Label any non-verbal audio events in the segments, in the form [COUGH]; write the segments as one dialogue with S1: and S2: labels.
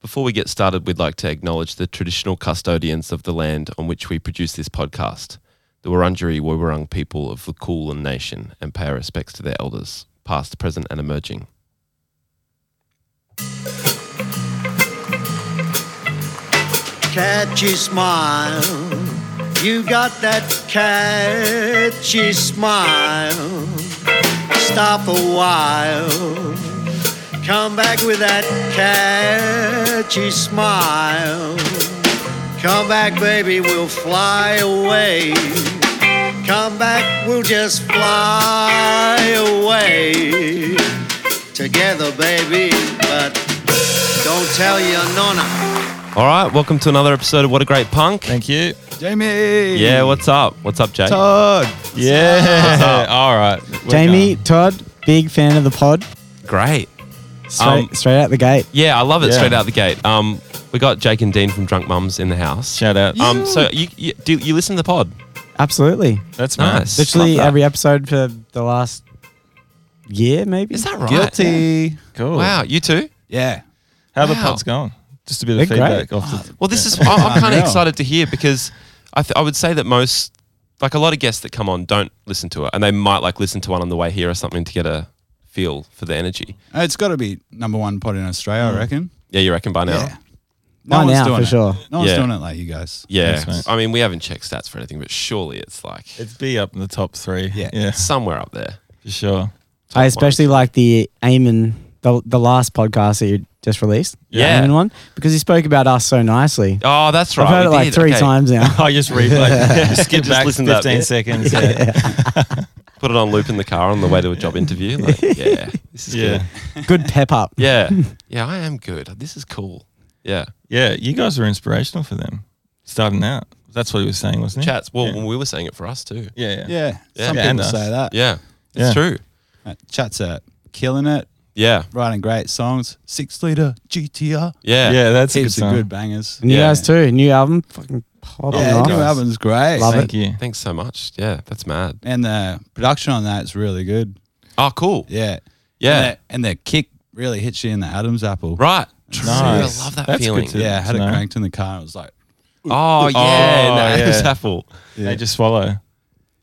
S1: before we get started, we'd like to acknowledge the traditional custodians of the land on which we produce this podcast, the Wurundjeri Wurrung people of the Kulin Nation, and pay our respects to their elders, past, present, and emerging.
S2: catchy smile. You got that catchy smile. Stop a while. Come back with that catchy smile. Come back, baby, we'll fly away. Come back, we'll just fly away. Together, baby, but don't tell your nonna.
S1: All right, welcome to another episode of What a Great Punk.
S3: Thank you.
S4: Jamie.
S1: Yeah, what's up? What's up, Jay? [LAUGHS]
S4: Todd.
S3: Yeah. All right. We're
S4: Jamie,
S3: going.
S1: Um,
S4: Todd, big fan of the pod.
S1: Great.
S4: Straight,
S1: Um,
S4: straight out the gate.
S1: Yeah, I love it
S3: Yeah.
S1: straight out the gate. Um, we got Jake and Dean from Drunk Mums in the house.
S3: Shout out.
S1: Um, so you, you do you listen to the pod?
S4: Absolutely.
S3: That's
S1: Nice.
S3: nice.
S4: Literally
S1: Love that.
S4: every episode for the last year, maybe.
S1: Is that right?
S5: Guilty.
S3: Cool.
S1: Wow, you too.
S5: Yeah.
S3: How the
S1: Wow.
S3: pod's going? Just a bit of
S4: They're great.
S3: feedback off the.
S1: Well, this is
S3: [LAUGHS]
S1: I- I'm kind of
S5: Unreal.
S1: excited to hear because I, th- I would say that most like a lot of guests that come on don't listen to it, and they might like listen to one on the way here or something to get a feel for the energy.
S5: Uh, It's got to be number one pod in Australia, I reckon.
S1: Yeah, you reckon by now?
S5: Yeah.
S4: Mm. By now, for
S5: it.
S4: sure.
S5: No one's
S1: Yeah.
S5: doing it like you guys.
S1: Yeah.
S3: Thanks, mate.
S1: I mean, we haven't checked stats for anything, but surely it's like
S3: It's be up in the top three.
S5: Yeah.
S3: Yeah.
S1: somewhere up there.
S3: For sure.
S4: I especially like the Eamon, the, the last podcast that you just released. the
S1: Yeah.
S4: Eamon one, because he spoke about us so nicely.
S1: Oh, that's right.
S4: I've heard
S1: we
S4: it like
S1: did.
S4: three
S1: Okay. [LAUGHS]
S4: times now.
S3: [LAUGHS] I just
S4: [LAUGHS]
S3: replay. Skip
S1: Just
S3: back
S1: listen to that
S3: 15
S1: bit. [LAUGHS]
S3: seconds. Yeah.
S1: Put it on loop in the car on the way to a job interview.
S4: [LAUGHS]
S1: Like, yeah, this is
S3: Yeah.
S1: good.
S4: Good pep up.
S1: Yeah, yeah, I am good. This is cool. Yeah,
S3: Yeah. You guys were inspirational for them starting out. That's what he was saying, wasn't it?
S1: chats. Well,
S3: Yeah.
S1: when we were saying it for us too.
S3: Yeah. Yeah.
S5: Yeah.
S1: Yeah. uh,
S5: Some
S3: Yeah, and
S5: people
S3: us.
S5: say that.
S1: Yeah, it's
S3: Yeah.
S1: true.
S5: Uh, Chats are killing it,
S1: Yeah,
S5: writing great songs. Six liter GTR.
S1: yeah,
S3: Yeah. That's
S5: Heaps
S3: a good
S5: of
S3: song.
S5: good bangers.
S4: And you
S1: Yeah. Oh,
S4: guys too. New album. Fucking popping
S5: yeah,
S4: off.
S5: new album's great.
S4: Love
S3: Thank you.
S1: Thanks so much. Yeah, that's mad.
S5: And the production on that is really good.
S1: Oh, cool.
S5: Yeah.
S1: Yeah,
S5: And the, and the kick really hits you in the Adam's apple.
S1: right. True.
S3: Nice.
S1: I love that
S3: That's good
S1: feeling.
S3: to-
S5: Yeah. I had it
S3: No.
S5: cranked in the car. It was like,
S1: Oh yeah,
S3: Oh,
S1: no, Adam's
S3: yeah.
S1: apple.
S3: They just swallow.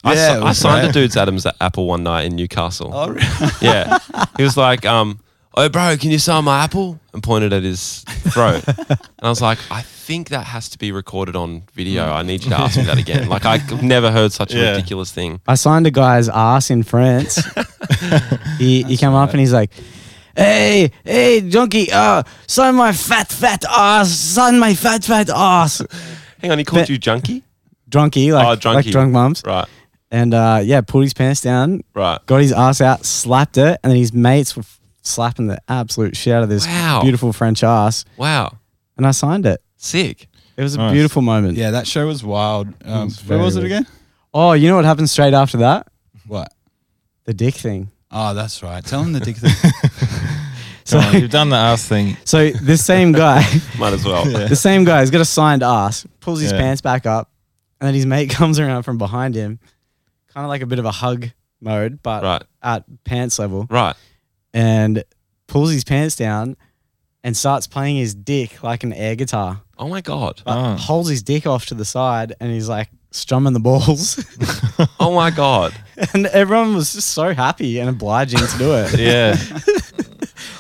S1: I,
S5: Yeah,
S1: si- I
S5: it was
S1: signed
S5: great.
S1: a dude's Adam's apple one night in Newcastle.
S5: oh, really?
S1: [LAUGHS] Yeah, he was like, um, "Oh, bro, can you sign my apple?" and pointed at his throat. and I was like, "I think that has to be recorded on video. I need you to ask me that again." Like I've never heard such a
S3: Yeah.
S1: ridiculous thing.
S4: I signed a guy's ass
S1: [LAUGHS]
S4: in France. he he came up and he's like, "Hey, hey, donkey, uh, sign my fat fat ass, sign my fat fat ass."
S1: Hang on, he called
S4: But-
S1: you junkie.
S4: Drunky, like,
S1: Oh, drunky.
S4: like drunk mums,
S1: Right,
S4: and uh, yeah, pulled his pants down,
S1: right.
S4: got his ass out, slapped it, and then his mates were slapping the absolute shit out of this
S1: Wow.
S4: beautiful French ass,
S1: Wow,
S4: and I signed it.
S1: sick.
S4: It was a
S3: Nice.
S4: beautiful moment.
S5: yeah. That show was wild. Um,
S4: was
S5: where
S4: very
S5: was it
S4: good.
S5: again?
S4: Oh, you know what happened straight after that?
S5: What?
S4: The dick thing.
S5: Oh, that's right. Tell him the dick thing.
S3: Come on, you've done the ass thing.
S4: So this same guy.
S1: [LAUGHS] Might as well.
S4: the same guy's got a signed ass, pulls his
S3: Yeah.
S4: pants back up, and then his mate [LAUGHS] comes around from behind him, kind of like a bit of a hug mode, but
S1: Right,
S4: at pants level,
S1: right.
S4: and pulls his pants down and starts playing his dick like an air guitar.
S1: Oh my god.
S4: Like,
S3: Oh.
S4: Holds his dick off to the side and he's like strumming the balls. [LAUGHS]
S1: Oh my god.
S4: and everyone was just so happy and obliging to do
S3: [LAUGHS]
S4: it.
S3: Yeah.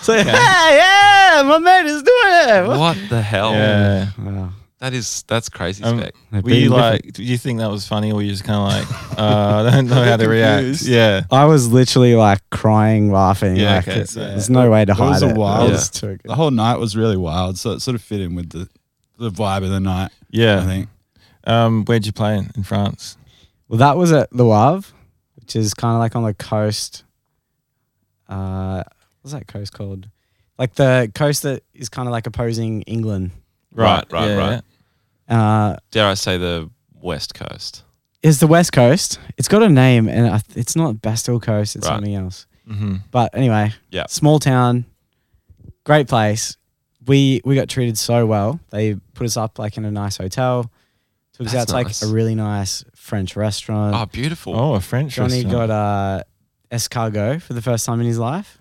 S4: So, hey, yeah, my mate is doing it.
S1: What the hell?
S3: yeah.
S4: Wow.
S1: That is that's crazy
S3: Um,
S1: spec.
S3: Were you
S4: Being
S3: like, do you think that was funny, or were you just kind of like, uh, I don't know how to react?
S5: Confused.
S3: Yeah.
S4: I was literally like crying, laughing.
S3: Yeah,
S4: like,
S3: okay,
S4: it-
S3: so-
S4: there's no way to hide
S5: was
S4: it.
S5: a wild-
S4: It was too
S5: the
S4: good.
S5: whole night was really wild, so it sort of fit in with the the vibe of the night. I
S3: Yeah.
S5: think.
S3: Um, where'd you play in, in France?
S4: Well, that was at the Wave, which is kind of like on the coast. Uh, what's that coast called? Like the coast that is kind of like opposing England.
S1: Right, right, right.
S4: Uh,
S1: Dare I say the West Coast?
S4: is the West Coast. It's got a name, and I, it's not Bastille Coast. It's
S1: Right.
S4: something else.
S3: Mm-hmm.
S4: But anyway,
S1: Yeah.
S4: small town, great place. We we got treated so well. They put us up like in a nice hotel, took us out
S1: That's
S4: to
S1: nice.
S4: like a really nice French restaurant.
S1: Oh, beautiful.
S3: Oh, a French
S4: Johnny
S3: restaurant.
S4: got uh, escargot for the first time in his life,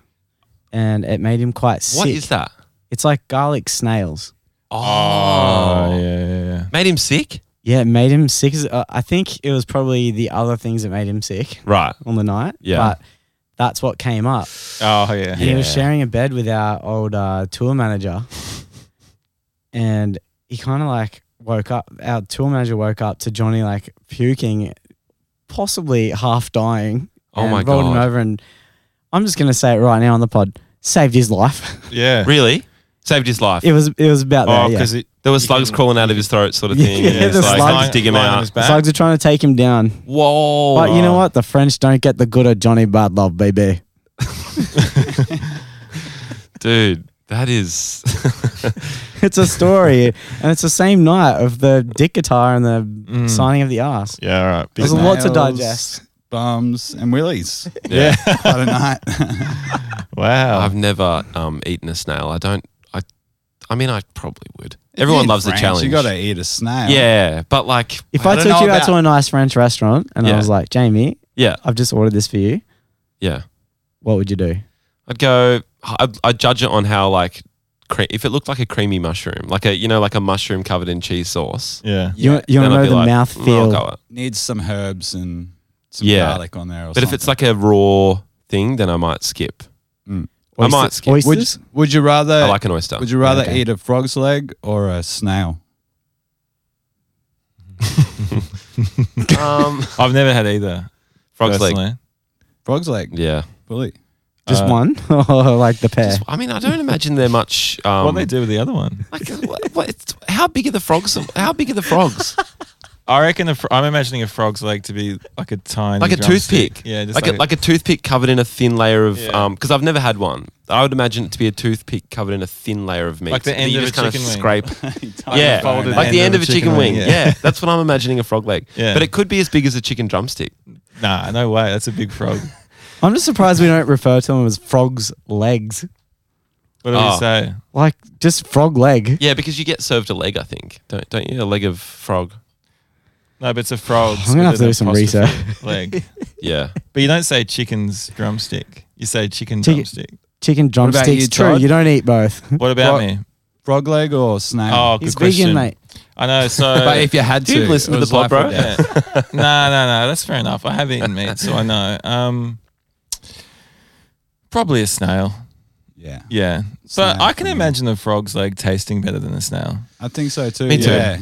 S4: and it made him quite sick.
S1: what is that?
S4: It's like garlic snails.
S1: Oh,
S3: Oh, yeah, yeah, yeah.
S1: made him sick.
S4: Yeah, it made him sick. as- Uh, I think it was probably the other things that made him sick [LAUGHS]
S1: Right.
S4: on the night.
S1: Yeah.
S4: But that's what came up.
S3: Oh, yeah.
S4: And [LAUGHS] he was
S1: Yeah.
S4: sharing a bed with our old uh, tour manager. and he kind of like woke up. Our tour manager woke up to Johnny like puking, possibly half dying.
S1: Oh
S4: and
S1: my
S4: rolled him
S1: God.
S4: over and I'm just going to say it right now on the pod. Saved his life. [LAUGHS]
S3: Yeah.
S1: [LAUGHS] Really saved his life.
S4: it was it was about
S3: Oh,
S4: that. Yeah.
S3: because it.
S1: there were
S3: you
S1: slugs
S3: can-
S1: crawling out of his throat, sort of thing.
S4: Yeah,
S1: and it's
S4: the
S1: like,
S4: slugs-
S1: had to dig him
S3: lying on
S1: out.
S3: his back.
S4: Slugs are trying to take him down.
S1: Whoa.
S4: But you know what? The French don't get the good of Johnny Bad Love, baby. [LAUGHS]
S1: dude? That is
S4: It's a story. and it's the same night of the dick guitar and the
S3: Mm.
S4: signing of the ass.
S3: Yeah, all right. Big
S4: There's a
S3: man.
S4: lot to
S5: Nails,
S4: digest.
S5: Bums and willies.
S3: [LAUGHS]
S1: yeah.
S5: Quite
S1: [LAUGHS]
S5: a night.
S3: Wow.
S1: I've never um, eaten a snail. I don't. I. I mean, I probably would. Everyone
S5: In
S1: loves a
S5: France,
S1: challenge.
S5: You got to eat a snail.
S1: Yeah, but like,
S4: If
S5: I
S4: I,
S5: don't
S4: took
S5: know
S4: you out to
S5: about-
S4: a nice French restaurant and
S1: Yeah.
S4: I was like, Jamie,
S1: yeah,
S4: I've just ordered this for you,
S1: yeah.
S4: what would you do?
S1: I'd go. I'd, I'd judge it on how like, cre- if it looked like a creamy mushroom, like a you know like a mushroom covered in cheese sauce.
S3: yeah.
S4: You, want- you want
S1: then I'd
S4: to know
S1: be
S4: the
S1: like,
S4: mouth
S1: "Mm, I'll
S4: feel.
S1: go it."
S5: Needs some herbs and some
S1: Yeah.
S5: garlic on there or
S1: But
S5: something.
S1: if it's like a raw thing, then I might skip. I
S4: Mm. Oyster-
S1: might skip.
S5: would,
S4: Oysters?
S5: would you rather
S1: I like an oyster.
S5: would you rather
S4: Okay.
S5: eat a frog's leg or a snail?
S1: [LAUGHS] um,
S3: I've never had either.
S1: frog's leg.
S3: personally.
S5: Frog's leg,
S1: Yeah.
S5: fully.
S4: Just
S3: Uh,
S4: one? [LAUGHS] or like the pair?
S1: Just- I mean, I don't imagine they're much. Um,
S3: what they do with the other one?
S1: Like, [LAUGHS] what, what, it's, how big are the frogs? How big are the frogs?
S3: I reckon a fr- I'm imagining a frog's leg to be like a tiny,
S1: like a
S3: drumstick.
S1: toothpick.
S3: Yeah, just
S1: like, a, like a toothpick covered in a thin layer of
S3: Yeah.
S1: um. Because I've never had one. I would imagine it to be a toothpick covered in a thin layer of meat.
S3: Like the
S1: that
S3: end
S1: you
S3: of
S1: just
S3: a
S1: kinda
S3: chicken wing.
S1: [LAUGHS] scrape.
S3: Yeah,
S1: yeah,
S3: folded
S1: like the end of a chicken, wing. Yeah. that's what I'm imagining a frog [LAUGHS] leg.
S3: Yeah.
S1: but it could be as big as a chicken drumstick.
S3: Nah, no way. That's a big frog.
S4: I'm just surprised we don't refer to them as frog's legs.
S3: What do
S1: Oh.
S3: we say?
S4: Like, just frog leg.
S1: Yeah, because you get served a leg. I think don't don't you a leg of frog?
S3: No, but it's a frog.
S4: I'm gonna have to do some research.
S3: Leg,
S1: Yeah,
S3: but you don't say chicken's drumstick. You say chicken,
S4: Chicken-
S3: drumstick.
S4: Chicken
S5: about
S4: drumsticks.
S5: you,
S4: True,
S5: Todd?
S4: you don't eat both.
S3: What about
S5: Frog-
S3: me?
S5: Frog leg or
S1: uh,
S5: snail?
S3: Oh, good
S4: [LAUGHS] He's
S3: question,
S4: vegan, mate.
S3: I know. So,
S1: [LAUGHS]
S5: but if you had to,
S1: Dude, listen
S5: it
S1: to the
S5: was
S1: pod,
S5: life
S1: bro.
S5: or
S1: [LAUGHS]
S5: death.
S3: yeah. no, no, no. That's fair enough. I have eaten meat, so I know. Um, probably a snail.
S5: Yeah.
S3: Yeah,
S5: Snail
S3: but I can
S5: for me.
S3: imagine a frog's leg tasting better than a snail.
S5: I think so too.
S1: Me too.
S5: Yeah.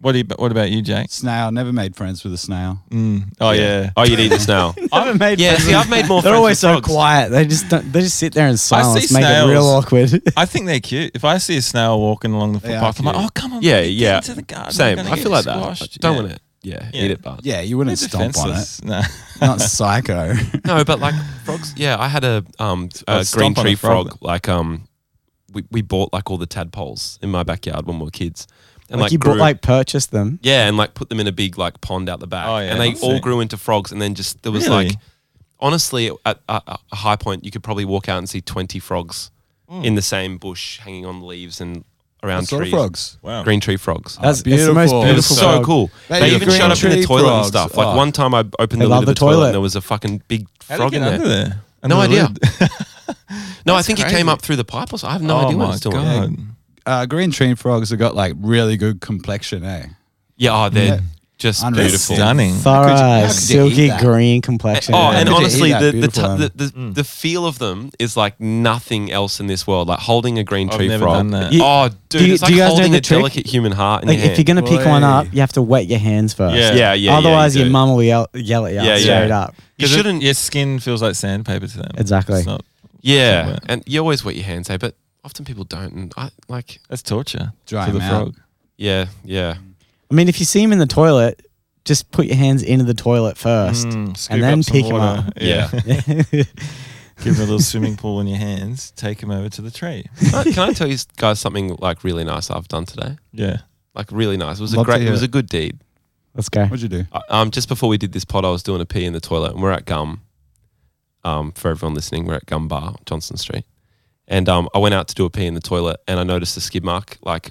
S3: What do you, What about you, Jake?
S5: Snail. Never made friends with a snail.
S3: Mm. Oh yeah.
S1: Oh, you'd eat the snail.
S4: Never made
S1: [LAUGHS] yeah,
S4: friends
S1: see,
S4: with-
S1: I've made
S3: [LAUGHS]
S1: more.
S4: They're
S1: friends
S4: always
S1: with
S4: so
S1: frogs.
S4: quiet. They just don't, they just
S1: [LAUGHS]
S4: sit there in silence, make it real
S3: snails.
S4: awkward. [LAUGHS]
S3: I think they're cute. If I see a snail walking along the
S5: They are
S3: footpath, I'm like,
S5: cute.
S3: oh come
S1: [LAUGHS]
S3: on,
S1: Yeah,
S3: baby, get
S1: yeah.
S3: into the garden.
S1: Same.
S3: I'm gonna
S1: I
S3: get
S1: feel like that.
S3: squashed.
S1: Don't
S3: Yeah.
S1: want it. Yeah,
S3: Yeah.
S1: eat it, but
S5: Yeah, you wouldn't
S3: They're
S5: stomp on it.
S3: defenseless.
S1: [LAUGHS]
S3: Nah.
S5: Not psycho.
S1: No, but like frogs. Yeah, I had a um
S3: Oh,
S1: a green
S3: stomp on
S1: tree
S3: a frog.
S1: frog. Like um, we, we bought like all the tadpoles in my backyard when we were kids, and
S4: like,
S1: like,
S4: you
S1: grew,
S4: bought, like purchased them.
S1: yeah, and like put them in a big like pond out the back,
S3: Oh, yeah,
S1: and they
S3: that's
S1: all
S3: sick.
S1: grew into frogs. And then just there was
S3: Really?
S1: like honestly at a, a high point you could probably walk out and see twenty frogs in the same bush hanging on leaves and around
S5: Sort of
S1: trees.
S5: frogs.
S3: Wow.
S1: Green tree frogs.
S4: That's, that's the most
S5: Oh, beautiful.
S1: It was
S4: beautiful.
S1: so
S4: frog.
S1: cool.
S5: They
S1: They
S5: eat
S1: even
S5: green
S1: showed up in the
S5: tree
S1: toilet and
S5: frogs.
S1: stuff. Like
S5: Oh.
S1: one time I opened
S4: They
S1: the lid
S4: love
S1: of the,
S4: the
S1: toilet.
S4: toilet.
S1: and there was a fucking big
S3: How do you
S1: frog in
S3: get
S1: there.
S3: under there?
S1: No
S3: Under the
S1: idea.
S3: lid? [LAUGHS]
S1: No, I think it came
S3: crazy.
S1: up through the pipe or something. I have no
S3: oh
S1: idea
S3: my
S1: what it's doing.
S3: god.
S5: Uh, green tree frogs have got like really good complexion, eh?
S1: Yeah, oh, they're
S5: Yeah.
S1: just
S5: Unreal.
S1: beautiful.
S3: Stunning.
S4: Thorough,
S5: How could you eat
S4: silky
S5: that?
S4: green complexion.
S1: Oh,
S5: Yeah.
S1: and
S5: Look at
S1: honestly,
S5: that
S1: the the,
S5: beautiful
S1: t-
S5: one.
S1: the, the,
S3: Hmm.
S1: the feel of them is like nothing else in this world. Like holding a green
S3: I've
S1: tree
S3: never
S1: frog.
S3: done that.
S4: You-
S1: oh, dude,
S4: do you-
S1: it's
S4: do
S1: like
S4: you guys know
S1: holding
S4: the
S1: a
S4: trick?
S1: delicate human heart in
S4: like
S1: your hand.
S4: if you're gonna pick one
S5: Boy.
S4: up, you have to wet your hands first.
S3: Yeah.
S1: yeah, yeah, yeah,
S4: Otherwise,
S1: you
S4: your
S1: do.
S4: mum will yell, yell at you
S1: Yeah,
S4: straight
S1: yeah.
S4: up.
S1: You
S3: 'Cause it-
S1: shouldn't.
S3: Your skin feels like sandpaper to them.
S4: Exactly.
S3: It's not,
S1: Yeah,
S3: Somewhere.
S1: and you always wet your hands, eh? But often people don't. And I like,
S3: that's torture.
S5: Dry
S3: for the
S5: 'em out.
S3: frog.
S1: yeah, yeah,
S4: I mean, if you see him in the toilet, just put your hands into the toilet first.
S3: Mm, scoop
S4: then
S3: up some
S4: pick 'em
S3: water.
S4: up.
S1: yeah.
S3: [LAUGHS] Mm. Give them a little swimming pool in your hands. Take them over to the tree.
S1: can, I, can I tell you guys something like really nice I've done today?
S3: Yeah.
S1: Like really nice. It was a
S5: Love to
S1: great. It
S5: hear
S1: was
S5: it.
S1: a good deed.
S4: [LAUGHS] Let's go.
S5: What'd you do?
S1: I- um, just before we did this pod, I was doing a pee in the toilet, and we're at Gum. Um, for everyone listening, we're at Gum Bar, Johnson Street, and um, I went out to do a pee in the toilet, and I noticed a skid mark like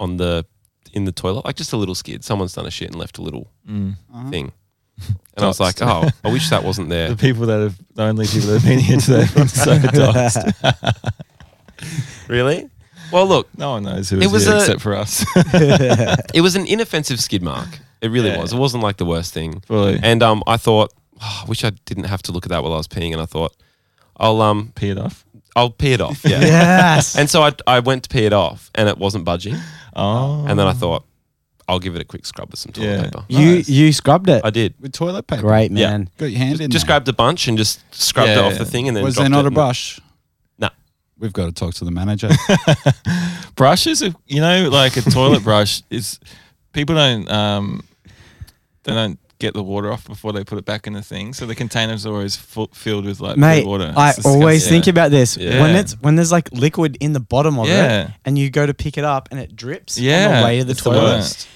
S1: on the in the toilet, like just a little skid. Someone's done a shit and left a little
S3: Mm.
S1: thing, and I was [LAUGHS] like, oh, I wish that wasn't
S3: The
S1: there.
S3: people that have, [LAUGHS] the only people that have been here today have been so doxed.
S1: [LAUGHS] really? Well, look,
S3: No one knows who
S1: It
S3: it
S1: was
S3: was here
S1: a-
S3: except for us. [LAUGHS]
S4: [LAUGHS]
S1: it was an inoffensive skid mark. It really
S3: Yeah.
S1: was. It wasn't like the worst thing.
S3: Probably
S1: And um, I thought, "Oh, I wish I didn't have to look at that while I was peeing. And I thought, I'll um,
S3: pee it off.
S1: I'll pee it [LAUGHS] off. Yeah.
S4: yes.
S3: [LAUGHS]
S1: And so I, I went to pee it off, and it wasn't budging.
S3: Oh,
S1: And then I thought, I'll give it a quick scrub with some toilet
S3: Yeah.
S1: paper.
S4: you
S5: Nice.
S4: you scrubbed it.
S1: I did.
S5: With toilet paper.
S4: Great
S1: Yeah.
S4: man.
S5: Got your hand in
S1: Just
S5: there.
S1: grabbed a bunch and just scrubbed it
S3: Yeah.
S1: off the thing, and then
S5: Was
S1: dropped
S5: there not
S1: it
S5: a
S1: in-
S5: brush?
S1: No.
S5: We've got to talk to
S1: [LAUGHS]
S5: the manager.
S3: brushes. If, you know, like a
S4: [LAUGHS]
S3: toilet brush is people don't um they don't get the water off before they put it back in the thing, so the containers are always full, filled with like
S4: Mate,
S3: blue water.
S4: I
S3: It's
S4: always
S3: disgusting.
S4: think about this when
S3: Yeah.
S4: it's when there's like liquid in the bottom of
S3: Yeah.
S4: it, and you go to pick it up and it drips on
S3: Yeah,
S4: the way to the
S3: it's the
S4: toilet.
S3: worst.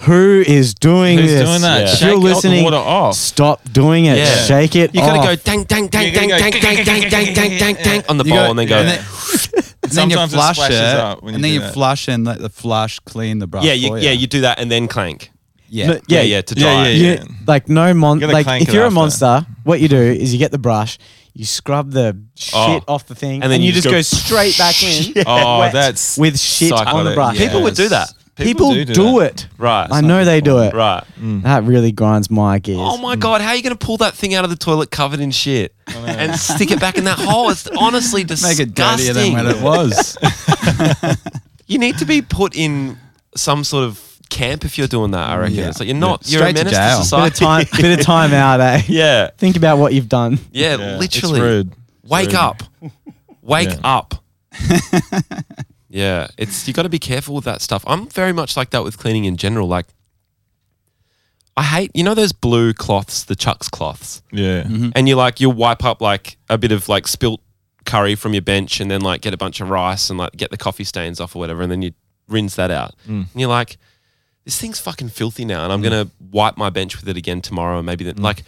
S4: Who is doing
S3: Who's
S4: this?
S3: doing that?
S1: Yeah.
S4: If
S3: Shake
S4: you're
S3: out the
S4: listening.
S3: water off.
S4: Stop doing it.
S1: Yeah.
S4: Shake it.
S1: You gotta
S4: off.
S1: go dang dang dang
S3: You're
S1: dang
S3: gonna
S1: dang
S3: go
S1: dang dang dang dang dang dang on the
S5: You
S1: bowl,
S5: go-
S1: and [LAUGHS] then go.
S5: and then- and then you
S3: Sometimes it
S5: flush it,
S3: splashes up when you
S5: and then
S3: do
S5: you
S3: that.
S5: flush and let the flush clean the brush.
S1: Yeah, you,
S5: for
S1: yeah, you do that, and then clank.
S5: Oh, yeah.
S4: No,
S1: Yeah, yeah, to
S3: Yeah,
S1: dry.
S3: yeah,
S1: it.
S3: yeah.
S4: You- like no mon
S3: You gotta
S4: like
S3: clank
S4: if
S3: it
S4: you're a
S3: after.
S4: monster, what you do is you get the brush, you scrub the shit
S1: Oh.
S4: off the thing,
S1: And then you
S4: just
S1: just
S4: go,
S1: go [LAUGHS]
S4: straight back in.
S3: Oh,
S4: wet,
S3: that's
S4: with shit on the
S3: psychotic.
S4: brush.
S1: People would do that.
S4: People, do,
S3: do do that.
S4: it.
S1: Right.
S4: I know they do it. Mm.
S1: Right.
S4: That really grinds my gears.
S1: Oh my god, how are you going to pull that thing out of the toilet covered in shit and stick it back in that hole? It's honestly
S5: Make
S1: disgusting.
S5: it dirtier than when it
S1: [LAUGHS]
S5: was.
S1: you need to be put in some sort of camp if you're doing that. I reckon.
S5: Yeah.
S1: It's like you're not.
S5: Yeah.
S1: You're a
S5: Straight to
S1: menace to,
S5: jail.
S4: bit of
S1: society.
S4: time, bit of time out, eh?
S1: [LAUGHS] yeah.
S4: Think about what you've done.
S1: yeah.
S3: Yeah, it's
S1: Literally.
S3: rude. It's
S1: Wake
S3: rude.
S1: up. Wake
S3: Yeah. [LAUGHS]
S1: up. yeah. It's you got to be careful with that stuff. I'm very much like that with cleaning in general. Like. I hate, you know, those blue cloths, the Chucks cloths.
S3: Yeah.
S4: Mm-hmm.
S1: and you like you'll wipe up like a bit of like spilt curry from your bench and then like get a bunch of rice and like get the coffee stains off or whatever and then you rinse that out
S3: Mm.
S1: and you're like this thing's fucking filthy now and i'm gonna wipe my bench with it again tomorrow and maybe
S3: Mm.
S1: then like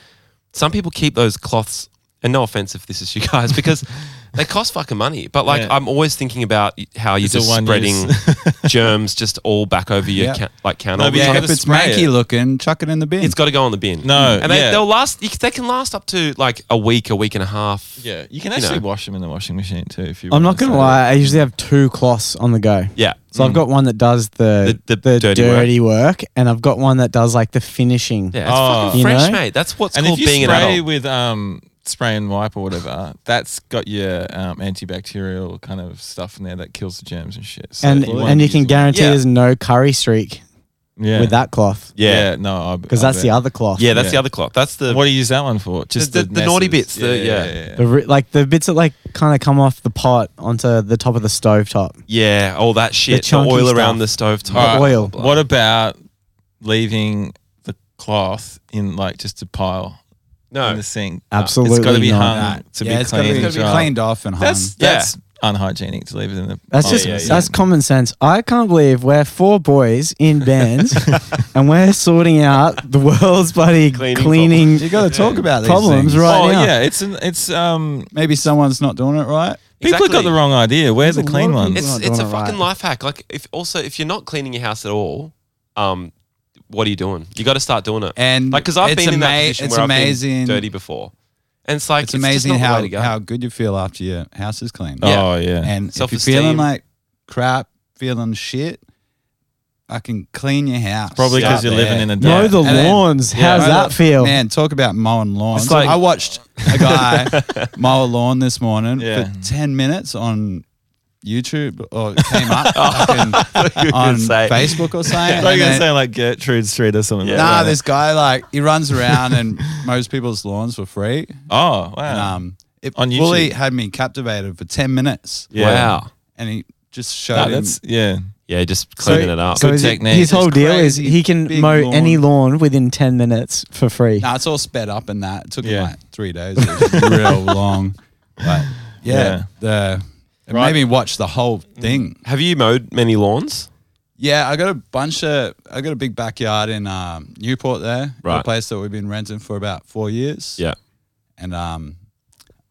S1: some people keep those cloths and no offense if this is you
S3: [LAUGHS]
S1: guys because they cost fucking money but like
S3: Yeah.
S1: i'm always thinking about y- how you're
S3: It's a
S1: just
S3: one
S1: spreading
S3: use. [LAUGHS]
S1: germs just all back over your
S5: Yeah.
S1: ca- like counter
S3: No,
S1: all the
S3: but
S1: time.
S5: yeah,
S3: gotta
S5: if it's
S3: spray
S5: manky
S3: it.
S5: looking, chuck it in the bin.
S1: it's got to go on the bin
S3: No,
S1: and they,
S3: Uh, yeah.
S1: they'll last they can last up to like a week a week and a half
S3: Yeah, you can actually
S1: know.
S3: wash them in the washing machine too. If you,
S4: I'm not
S3: want
S4: gonna
S3: so-
S4: lie, I usually have two cloths on the go.
S1: Yeah. Mm.
S4: So
S3: Mm.
S4: I've got one that does the
S1: The-
S4: the,
S1: the dirty
S4: dirty,
S1: work.
S4: work. and I've got one that does like the finishing.
S1: Yeah, it's
S3: Oh.
S1: fucking
S4: You
S1: fresh,
S4: know?
S1: mate. That's what's
S3: And
S1: called
S3: if you
S1: being an
S3: spray
S1: adult.
S3: with um, spray and wipe or whatever, that's got your um, antibacterial kind of stuff in there that kills the germs and shit. So
S4: and
S3: won't
S4: and you
S3: use
S4: can
S3: it.
S4: guarantee
S1: Yeah.
S4: there's no curry streak
S3: yeah.
S4: with that cloth
S1: yeah.
S3: Yeah, no,
S4: because that's the other cloth.
S1: Yeah, that's the
S3: Yeah.
S1: other cloth. That's the
S3: What do you use that one for? Just
S1: The-
S3: the,
S1: the- the naughty
S3: messes.
S1: bits, the- yeah.
S4: The ri- like the bits that like kind of come off the pot onto the top of the stove top.
S1: yeah, all that shit. The,
S4: chunky
S1: oil
S4: stuff.
S1: around the stove top.
S3: All right.
S4: oil.
S3: What about leaving the cloth in like just a pile
S1: No.
S3: in the sink? it's got
S4: Absolutely
S3: to be
S4: not.
S3: hung to
S5: yeah,
S3: be
S5: it's got
S3: cleaned.
S5: to be
S3: up.
S5: cleaned off and hung.
S3: That's
S1: Yeah.
S3: that's unhygienic to leave it in the.
S4: That's
S3: Oh,
S4: just
S3: yeah, yeah.
S4: that's common sense. I can't believe we're four boys in bands and we're sorting out the world's bloody
S1: Cleaning
S4: cleaning,
S5: you got to talk about these
S4: problems,
S5: things.
S4: right
S3: oh
S4: now.
S3: yeah, it's an, it's um
S5: Maybe someone's not doing it right.
S3: people have got
S1: Exactly.
S3: the wrong idea. Where's the
S4: There's a
S3: clean
S4: lot
S3: one?
S4: of people-
S1: It's
S4: not
S1: it's a
S4: doing it right.
S1: fucking life hack. Like if also if you're not cleaning your house at all, um, what are you doing? You got to start doing it.
S5: And
S1: like because I've
S5: it's
S1: been in that
S5: ama-
S1: position
S5: it's
S1: where I've
S5: amazing-
S1: been dirty before, and it's like
S5: It's, amazing
S1: just not the way
S5: how
S1: to go.
S5: how good you feel after your house is clean.
S1: Yeah.
S3: Oh yeah.
S5: And if you're
S1: Self-esteem.
S5: feeling like crap, feeling shit, I can clean your house.
S3: Probably
S1: Yeah.
S3: because you're living in a
S4: Mow
S3: yeah. [LAUGHS]
S4: the
S5: And then-
S4: lawns.
S1: yeah.
S4: How's
S1: Mow
S4: that feel?
S5: Man, talk about mowing lawns.
S1: It's like-
S5: I watched a guy
S1: [LAUGHS]
S5: mow a lawn this morning
S3: Yeah.
S5: for 10 minutes on YouTube or it came
S1: [LAUGHS]
S5: up fucking
S1: [LAUGHS] Oh. you were
S5: on
S1: gonna say. [LAUGHS]
S5: Facebook or something.
S3: I thought you
S5: and
S3: were gonna
S5: then-
S3: say like Gertrude Street or something. like
S5: Nah,
S3: that.
S5: this guy like he runs around and mows people's lawns for free.
S3: Oh
S5: And,
S3: wow.
S5: um, it
S3: On
S5: fully
S3: YouTube.
S5: had me captivated for ten minutes.
S3: Yeah.
S1: Wow.
S5: and he just showed
S3: Nah,
S5: him-
S3: that's yeah.
S1: Yeah, just cleaning it up.
S4: So
S3: Good
S4: is it-
S3: technique.
S4: his whole
S5: It's
S4: deal is
S5: crazy
S4: he can
S5: big
S4: mow
S5: lawn.
S4: any lawn within ten minutes for free.
S5: Nah, it's all sped up and that. It took
S3: Yeah.
S5: him like three days. It
S3: [LAUGHS]
S5: was real long. But yeah, the it
S3: Right. Mm.
S5: made me watch the whole thing.
S1: Have you mowed many lawns?
S5: Yeah, I got a bunch of I got a big backyard in um, Newport there.
S1: Right.
S5: A place that we've been renting for about four years.
S1: Yeah.
S5: And um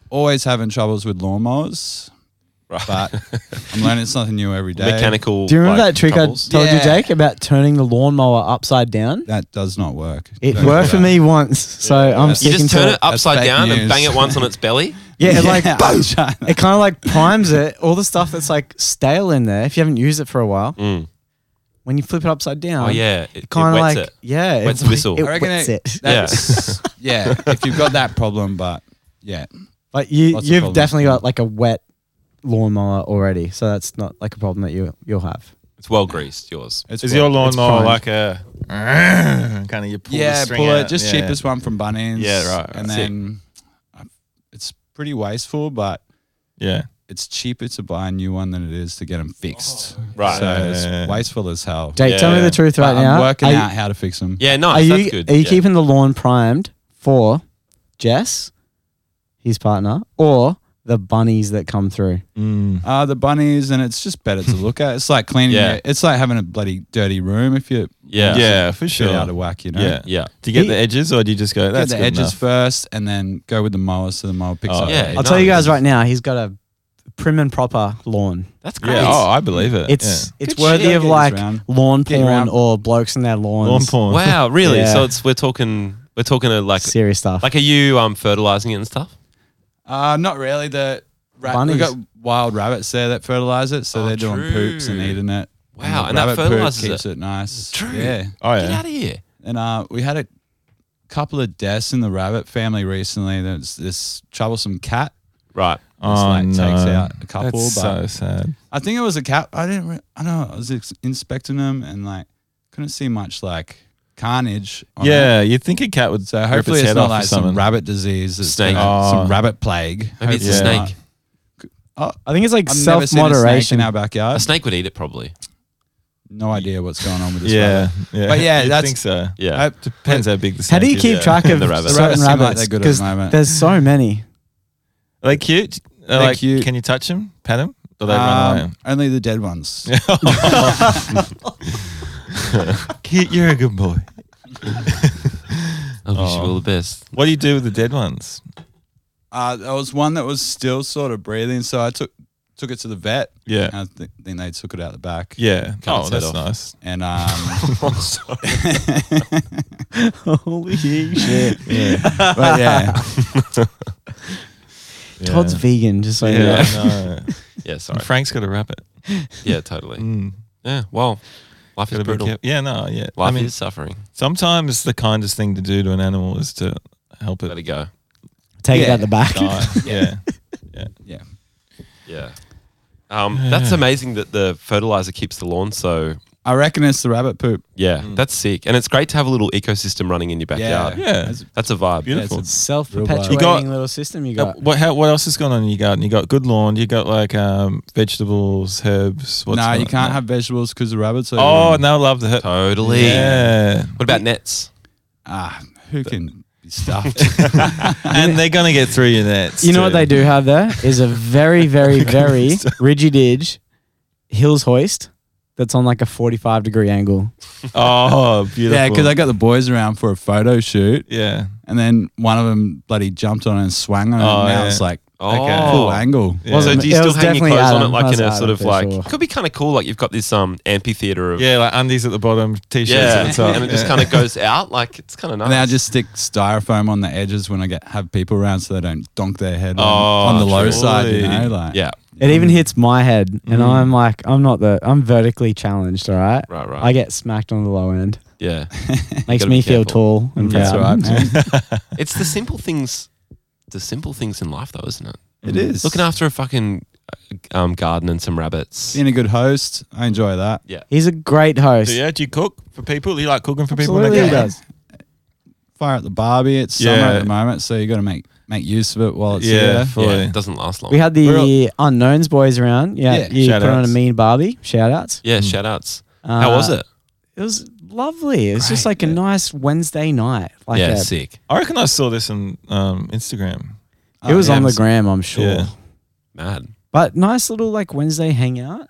S5: always having troubles with lawnmowers.
S1: Right.
S3: [LAUGHS]
S5: But I'm learning something new every day.
S1: Mechanical.
S4: Do you remember
S1: like,
S4: that trick
S1: troubles?
S4: I told you,
S5: Yeah.
S4: Jake, about turning the lawnmower upside down?
S5: That does not work.
S4: It
S5: Don't do
S4: worked for
S5: that.
S4: me once, so I'm
S5: You
S1: You
S4: sticking
S1: just turn
S4: to
S1: it upside
S5: fake
S1: down and
S5: news.
S1: bang it once on its belly.
S4: Yeah, it like [LAUGHS]
S5: boom. China.
S4: it kind of like primes it. All the stuff that's like stale in there, if you haven't used it for a while,
S1: Mm.
S4: when you flip it upside down,
S1: Oh yeah, it, it
S4: kind of
S1: wets
S4: like
S1: it.
S4: yeah,
S1: Wets
S4: it,
S1: the whistle.
S4: It
S1: I
S4: wets it.
S5: that's- [LAUGHS] yeah. If you've got that problem, but yeah,
S4: But you,
S5: Lots of
S4: you've
S5: problems.
S4: definitely got like a wet lawnmower already, so that's not like a problem that you you'll have.
S1: It's well greased. Yours.
S5: it's
S3: Is
S5: fine.
S3: your
S4: it's
S3: lawnmower
S4: primed.
S3: like a kind of you pull
S5: yeah
S3: the string
S5: pull
S3: out.
S5: it just
S3: Yeah.
S5: cheapest one from Bunnings.
S3: Yeah, right, right.
S5: And
S3: Sick.
S5: then uh, it's pretty wasteful, but
S3: Yeah,
S5: it's cheaper to buy a new one than it is to get them fixed.
S1: Right.
S5: So
S3: Oh. Yeah.
S5: it's wasteful as hell.
S4: Jake, tell me
S3: Yeah.
S4: the truth
S5: But
S4: right
S5: I'm
S4: now.
S5: working
S4: are you,
S5: out how to fix them.
S1: Yeah,
S4: are
S1: nice.
S4: you,
S1: that's good.
S4: are you
S1: yeah.
S4: keeping the lawn primed for Jess, his partner, or the bunnies that come through?
S3: mm.
S5: Uh, the bunnies, and it's just better to look at. It's like cleaning.
S1: Yeah.
S5: it. It's like having a bloody dirty room if you
S1: Yeah.
S3: yeah, for
S5: shit
S3: sure.
S5: out of whack. You know,
S3: Yeah,
S1: Yeah.
S3: Do you get
S4: He-
S3: the edges or do you just go?
S5: Get
S3: That's
S5: the
S3: good
S5: edges
S3: enough?
S5: first, and then go with the mower so the mower picks
S3: Oh,
S5: up.
S1: yeah.
S5: the
S1: It
S4: I'll
S5: edges.
S4: tell you
S1: does.
S4: guys right now, he's got a prim and proper lawn.
S1: That's great.
S3: Yeah. Oh, I believe it.
S4: It's it's
S1: Good
S4: worthy
S1: shit.
S4: of
S5: Get
S4: like
S5: around.
S4: lawn
S5: Get
S4: porn
S5: around.
S4: or blokes in their
S3: yeah.
S4: lawns.
S3: lawn porn.
S1: Wow. Really?
S4: Yeah.
S1: So it's we're talking we're talking a, like
S4: Serious stuff.
S1: like are you um fertilizing it and stuff?
S5: Uh, not really. The ra-
S4: Bunnies.
S5: we got wild rabbits there that fertilize it, so
S1: Oh,
S5: they're doing poops and
S1: true.
S5: eating it.
S1: Wow,
S5: the
S1: and that
S5: Mm, rabbit poop
S1: fertilizes
S5: keeps it. nice.
S1: True.
S5: Yeah,
S3: Oh
S1: Get
S3: yeah.
S1: out of here.
S5: and uh, we had a couple of deaths in the rabbit family recently. There's this troublesome cat.
S1: Right.
S5: Oh, like, takes out a couple,
S3: That's
S5: but-
S3: so sad.
S5: I think it was a cat. I didn't. Re- I don't know. I was ex- inspecting them and like couldn't see much like carnage. On it.
S3: Yeah, you'd think a cat would
S5: So
S3: rip
S5: hopefully
S3: its
S5: it's
S3: head
S5: not
S3: off
S5: like
S3: or
S5: some
S3: something.
S5: rabbit disease. It's
S1: Snake.
S5: gonna-
S3: Oh.
S5: some rabbit plague.
S1: Maybe it's a
S5: Hopefully
S1: snake.
S5: not. Oh,
S4: I think it's like
S5: I've never
S4: self
S5: seen a snake
S4: moderation.
S5: in our backyard.
S1: A snake would eat it probably.
S5: No idea what's going on with this.
S3: yeah,
S5: rabbit.
S3: yeah.
S5: But yeah,
S3: You'd
S5: that's-
S3: think so.
S1: Yeah.
S5: Hope-
S3: Depends how big the snake
S4: How do you
S3: is.
S4: keep
S3: Yeah.
S4: track of
S3: [LAUGHS]
S1: And the rabbits.
S5: The
S4: certain
S5: rabbits seem like
S4: rabbits?
S5: they're good at the
S4: Because
S5: moment.
S4: there's so many.
S3: Are they cute? Are
S5: They're
S3: like,
S5: cute.
S3: Can you touch them? Pet them? Or they run away?
S5: Um, only the dead ones.
S3: Cute, you're a good boy.
S1: I wish you
S3: Oh.
S1: all the best.
S3: What do you do with the dead ones?
S5: [LAUGHS] Uh, there was one that was still sort of breathing, so I took took it to the vet.
S3: Yeah.
S5: And I th- think they took it out the back.
S3: Yeah.
S1: Cut
S3: oh,
S1: its head
S3: that's
S1: off.
S3: nice.
S5: [LAUGHS] And um,
S3: [LAUGHS]
S4: Holy shit.
S3: Yeah.
S5: but yeah,
S4: Todd's vegan, just so
S3: Yeah.
S4: you know.
S3: I know.
S1: Yeah, sorry.
S3: Frank's got a rabbit.
S1: Yeah, totally.
S3: Mm.
S1: Yeah. Well, life is
S3: Gotta be
S1: brutal.
S3: careful. Yeah, no, yeah.
S1: Life
S3: I mean,
S1: is suffering.
S3: sometimes the kindest thing to do to an animal is to help
S1: Let it
S3: it
S1: go.
S4: Take it
S5: Yeah.
S4: out the back.
S3: die. yeah.
S5: yeah.
S1: Yeah. Um, That's amazing that the fertilizer keeps the lawn so.
S5: I reckon it's the rabbit poop.
S1: Yeah,
S4: Mm.
S1: that's sick. And it's great to have a little ecosystem running in your
S5: Yeah,
S1: backyard.
S3: Yeah.
S5: It's-
S1: That's a vibe.
S5: yeah,
S3: Beautiful.
S5: it's
S4: Self
S5: You
S3: got-
S4: perpetuating little system you
S3: Uh,
S4: got.
S3: what how, what else is going on in your garden? You got good lawn. You got like um, vegetables, herbs.
S5: a-
S3: What's
S5: no,
S3: going
S5: you
S3: on?
S5: can't have vegetables because the rabbits. Are
S3: Oh, and they'll love the herb.
S1: Totally.
S3: Yeah,
S1: What about nets?
S5: ah, who can
S3: [LAUGHS]
S5: be stuffed?
S3: and they're gonna get through your nets.
S4: You know what
S3: too.
S4: they do have there is a very, very, very rigid edge hills hoist that's on like a 45 degree angle.
S3: Oh, beautiful.
S5: yeah, because I got the boys around for a photo shoot,
S3: yeah,
S5: and then one of them bloody jumped on it and swung on it.
S3: Oh,
S5: and now
S3: yeah.
S5: it's like
S1: Oh.
S5: full angle.
S3: yeah.
S1: So
S4: Wasn't-
S1: do you
S4: It
S1: still
S4: was
S1: hang your
S4: definitely
S1: clothes on it
S4: Adam.
S1: like in
S4: That's
S1: a sort
S4: Adam
S1: of
S4: for
S1: like
S4: sure.
S1: could be kind of cool. Like you've got this um amphitheater of
S3: yeah, like undies at the bottom, t-shirts
S1: yeah,
S3: at the
S1: [LAUGHS]
S3: top,
S1: and it just kind of goes out. Like it's kind of nice.
S5: And then I just stick styrofoam on the edges when I get have people around, so they don't donk their head on,
S3: Oh,
S5: on the low
S3: true.
S5: side. You know, like
S1: yeah,
S4: It even hits my head, and
S3: Mm.
S4: I'm like, I'm not the, I'm vertically challenged, all right?
S1: right, right.
S4: I get smacked on the low end.
S1: yeah, gotta
S4: Makes
S1: be
S4: me feel
S1: careful.
S4: tall and
S5: that's
S4: proud.
S5: all right, man.
S1: it's the simple things, the simple things in life, though, isn't it?
S5: [LAUGHS] it is
S1: Looking after a fucking uh, um, garden and some rabbits.
S5: being a good host. I enjoy that.
S4: He's a great host.
S3: So, yeah, do you cook for people? You like cooking for people?
S4: Absolutely
S3: when they
S4: he does.
S5: Fire at the barbie. It's
S3: Yeah.
S5: summer at the moment, so you got to make make use of it while it's
S3: Yeah.
S5: here.
S1: yeah,
S3: fully.
S1: it doesn't last long.
S4: We had the
S5: We're
S4: unknowns boys around. Yeah,
S5: Yeah,
S4: you
S3: shout
S4: put on a
S3: outs.
S4: mean Barbie. Shout outs.
S1: yeah,
S5: Mm.
S1: shout outs. How
S4: Uh,
S1: was it?
S4: It was lovely. It was just
S1: Great,
S4: like a nice Wednesday night. Like
S1: yeah,
S4: a-
S1: sick.
S3: I reckon I saw this on um, Instagram.
S4: it was
S5: Oh, yeah,
S4: on the
S5: it's-
S4: gram, I'm sure.
S3: Yeah.
S1: Mad.
S4: But nice little like Wednesday hangout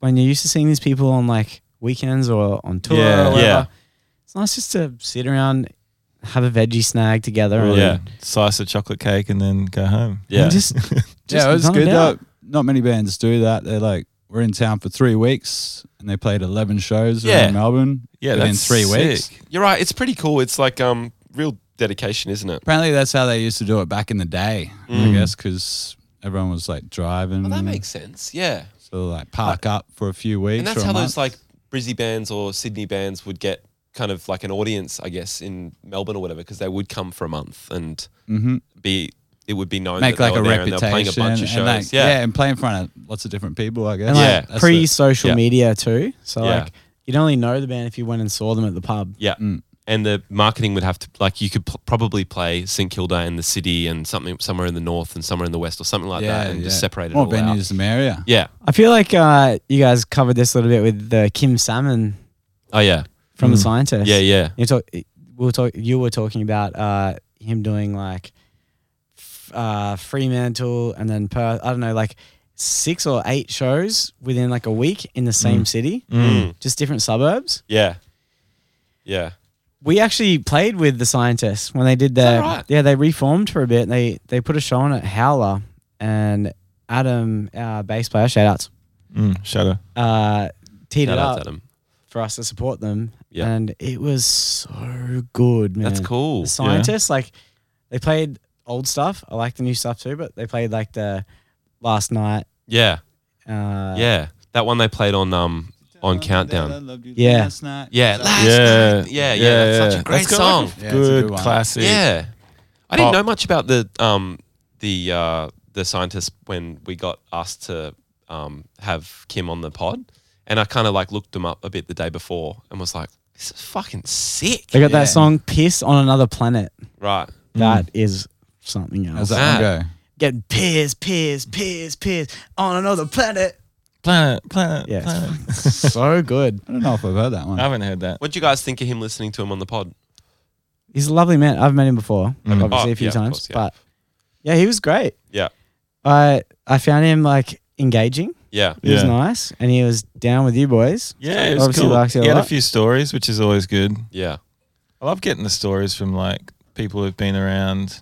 S4: when you're used to seeing these people on like weekends or on tour
S3: Yeah.
S4: or whatever.
S1: Yeah.
S4: It's nice just to sit around, have a veggie snag together and,
S3: Yeah, slice of chocolate cake and then go home.
S1: Yeah. [LAUGHS]
S4: and just, just
S5: yeah, it was
S4: run
S5: good.
S4: about.
S5: Though. Not many bands do that. They're like, we're in town for three weeks, and they played eleven shows
S1: Yeah.
S5: around Melbourne.
S3: Yeah,
S5: within
S3: that's
S5: three
S3: sick.
S5: weeks.
S1: You're right. It's pretty cool. It's like um real dedication, isn't it?
S5: Apparently, that's how they used to do it back in the day, I guess, because everyone was like driving.
S1: Well, that makes sense. Yeah,
S5: so like park up for a few
S1: Uh,
S5: weeks.
S1: and that's
S5: or a
S1: how
S5: month.
S1: those like Brizzy bands or Sydney bands would get kind of like an audience, I guess, in Melbourne or whatever, because they would come for a month and
S5: Mhm.
S1: be. It would be known
S5: make
S1: that
S5: like
S1: they
S5: a
S1: were there and they
S5: reputation
S1: were playing a bunch of
S5: and,
S1: shows.
S5: like,
S1: yeah.
S5: and play in front of lots of different people. I guess.
S4: And
S1: Yeah.
S4: like
S1: that's
S4: pre social
S1: yeah.
S4: media too. So
S1: Yeah.
S4: like you'd only know the band if you went and saw them at the pub.
S1: Yeah.
S5: Mm.
S1: And the marketing would have to like you could pl- probably play St Kilda and the city and something somewhere in the north and somewhere in the west or something like that and just separate it
S5: More
S1: all
S5: venues,
S1: out.
S5: the merrier.
S1: Yeah.
S4: I feel like uh, you guys covered this a little bit with the Kim Salmon
S1: Oh yeah.
S4: from the scientist.
S1: Yeah, yeah.
S4: You talk, we were talk, you were talking about uh, him doing like f- uh, Fremantle and then Perth. I don't know, like six or eight shows within like a week in the same city,
S1: Mm.
S4: just different suburbs.
S1: Yeah. Yeah.
S4: We actually played with the scientists when they did
S1: that
S4: their
S1: right?
S4: yeah they reformed for a bit. And they they put a show on at Howler and Adam, our bass player, shout outs,
S3: Mm, shadow.
S4: uh, teed
S1: Shout
S4: it
S1: out
S4: up
S1: to Adam.
S4: for us to support them.
S1: Yeah.
S4: And it was so good, man.
S1: That's cool.
S4: The scientists, like, they played old stuff. I like the new stuff too, but they played like the last night.
S1: Yeah.
S4: Uh,
S1: Yeah. That one they played on um on Countdown.
S4: Yeah.
S1: Yeah. Last
S3: Yeah.
S1: night. Yeah, yeah. That's such a great
S3: That's got,
S1: song.
S3: like, a
S5: Yeah, it's a
S3: good,
S5: good one.
S3: classic.
S1: Yeah. I didn't
S3: Pop.
S1: know much about the um the uh the scientists when we got asked to um have Kim on the pod. And I kind of like looked them up a bit the day before and was like, this is fucking sick.
S4: They got
S5: Yeah.
S4: that song "Piss on Another Planet."
S1: Right.
S4: That is something else.
S5: How's that one
S1: Ah.
S5: go?
S4: Get pissed, pissed, pissed, pissed on another planet.
S3: Planet, planet,
S4: Yeah, it's
S3: planet.
S4: [LAUGHS] so good.
S5: I don't know if I've heard that
S3: I
S1: Uh,
S5: one.
S3: haven't heard that.
S1: What'd you guys think of him listening to him on the pod?
S4: He's a lovely man. I've met him before, obviously
S1: Oh,
S4: a few
S1: yeah, of
S4: times,
S1: course, yeah.
S4: but yeah, he was great.
S1: Yeah.
S4: I I found him like engaging.
S1: Yeah.
S4: He was
S3: Yeah.
S4: nice, and he was down with you boys.
S3: Yeah, it was
S4: obviously
S3: cool.
S4: likes you a
S3: He had a
S4: lot.
S3: few stories, which is always good.
S1: Yeah.
S3: I love getting the stories from like people who've been around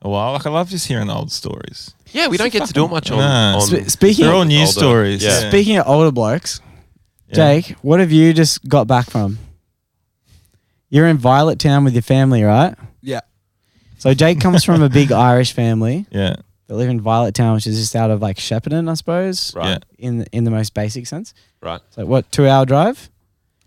S3: a while. Like I love just hearing old stories.
S1: Yeah, we don't get to do it much on.
S3: Nah.
S1: on
S4: Sp- speaking
S3: They're all
S1: older-
S3: new stories.
S1: Yeah.
S4: Speaking of older blokes,
S3: Yeah.
S4: Jake, what have you just got back from? You're in Violet Town with your family, right?
S5: Yeah.
S4: So Jake comes from
S1: [LAUGHS]
S4: a big Irish family
S3: Yeah.
S4: that live in Violet Town, which is just out of like Shepparton, I suppose,
S1: Right.
S3: Yeah.
S4: in in the most basic sense.
S1: Right.
S4: So what, two hour drive?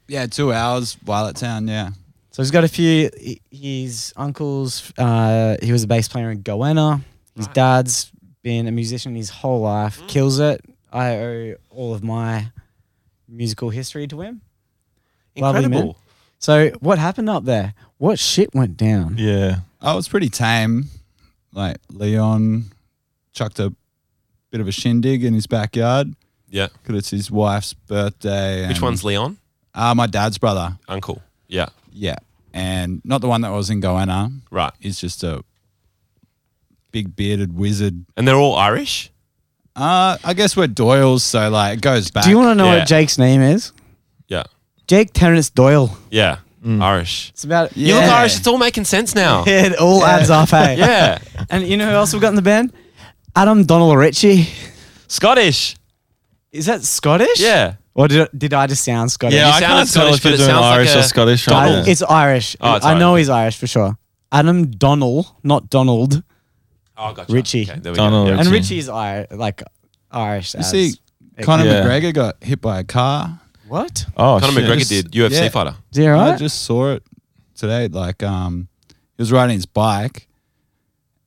S5: Yeah, two hours, Violet Town. Yeah.
S4: So he's got a few. he- His uncle's, uh, he was a bass player in Goanna. His
S1: Right. Mm.
S4: dad's been a musician his whole life. Kills it. I owe all of my musical history to him. Lovely man.
S1: Incredible.
S4: So what happened up there? What shit went down?
S3: Yeah.
S5: I Oh, was pretty tame. Like Leon chucked a bit of a shindig in his backyard
S1: Yeah.
S5: because it's his wife's birthday.
S1: Which
S5: and-
S1: one's Leon?
S5: Ah, my dad's brother.
S1: Uncle. Yeah.
S5: Um, Yeah, and not the one that was in Goanna.
S1: Right.
S5: He's just a big bearded wizard.
S1: And they're all Irish.
S5: Uh, I guess we're Doyle's, so like it goes back.
S4: Do you want to know
S1: Yeah.
S4: what Jake's name is?
S1: Yeah.
S4: Jake Terrence Doyle.
S1: Yeah. Irish.
S4: It's about
S5: Yeah.
S1: You look Irish. It's all making sense
S4: [LAUGHS]
S1: now. yeah.
S4: It all adds up, hey. [LAUGHS] And you know who else we got in the band? Adam Donald Ritchie.
S1: Scottish.
S4: Is that Scottish?
S1: Yeah.
S4: Or did, did I just sound Scottish?
S3: Yeah,
S1: You
S3: I
S1: sounded
S3: can't tell
S1: Scottish,
S3: if you're
S1: but it
S3: doing
S1: sounds like
S3: Irish
S1: a-
S3: or Scottish
S4: I-
S3: right now.
S4: It's Irish.
S1: Oh, it's
S4: I know
S1: Irish.
S4: he's Irish for sure. Adam Donald, not Donald.
S1: Oh, gotcha.
S4: Richie.
S1: Okay, there we
S3: Donald
S1: go. Yeah.
S4: And
S3: Ritchie.
S4: Richie is Irish, like Irish.
S5: You
S4: as-
S5: see, Conor
S3: Yeah.
S5: McGregor got hit by a car.
S4: what?
S3: Oh,
S1: Conor
S3: shit.
S1: McGregor
S5: Just-
S1: did UFC
S5: yeah.
S1: fighter.
S4: Is he all
S5: I
S4: right?
S5: just saw it today. Like, um, he was riding his bike,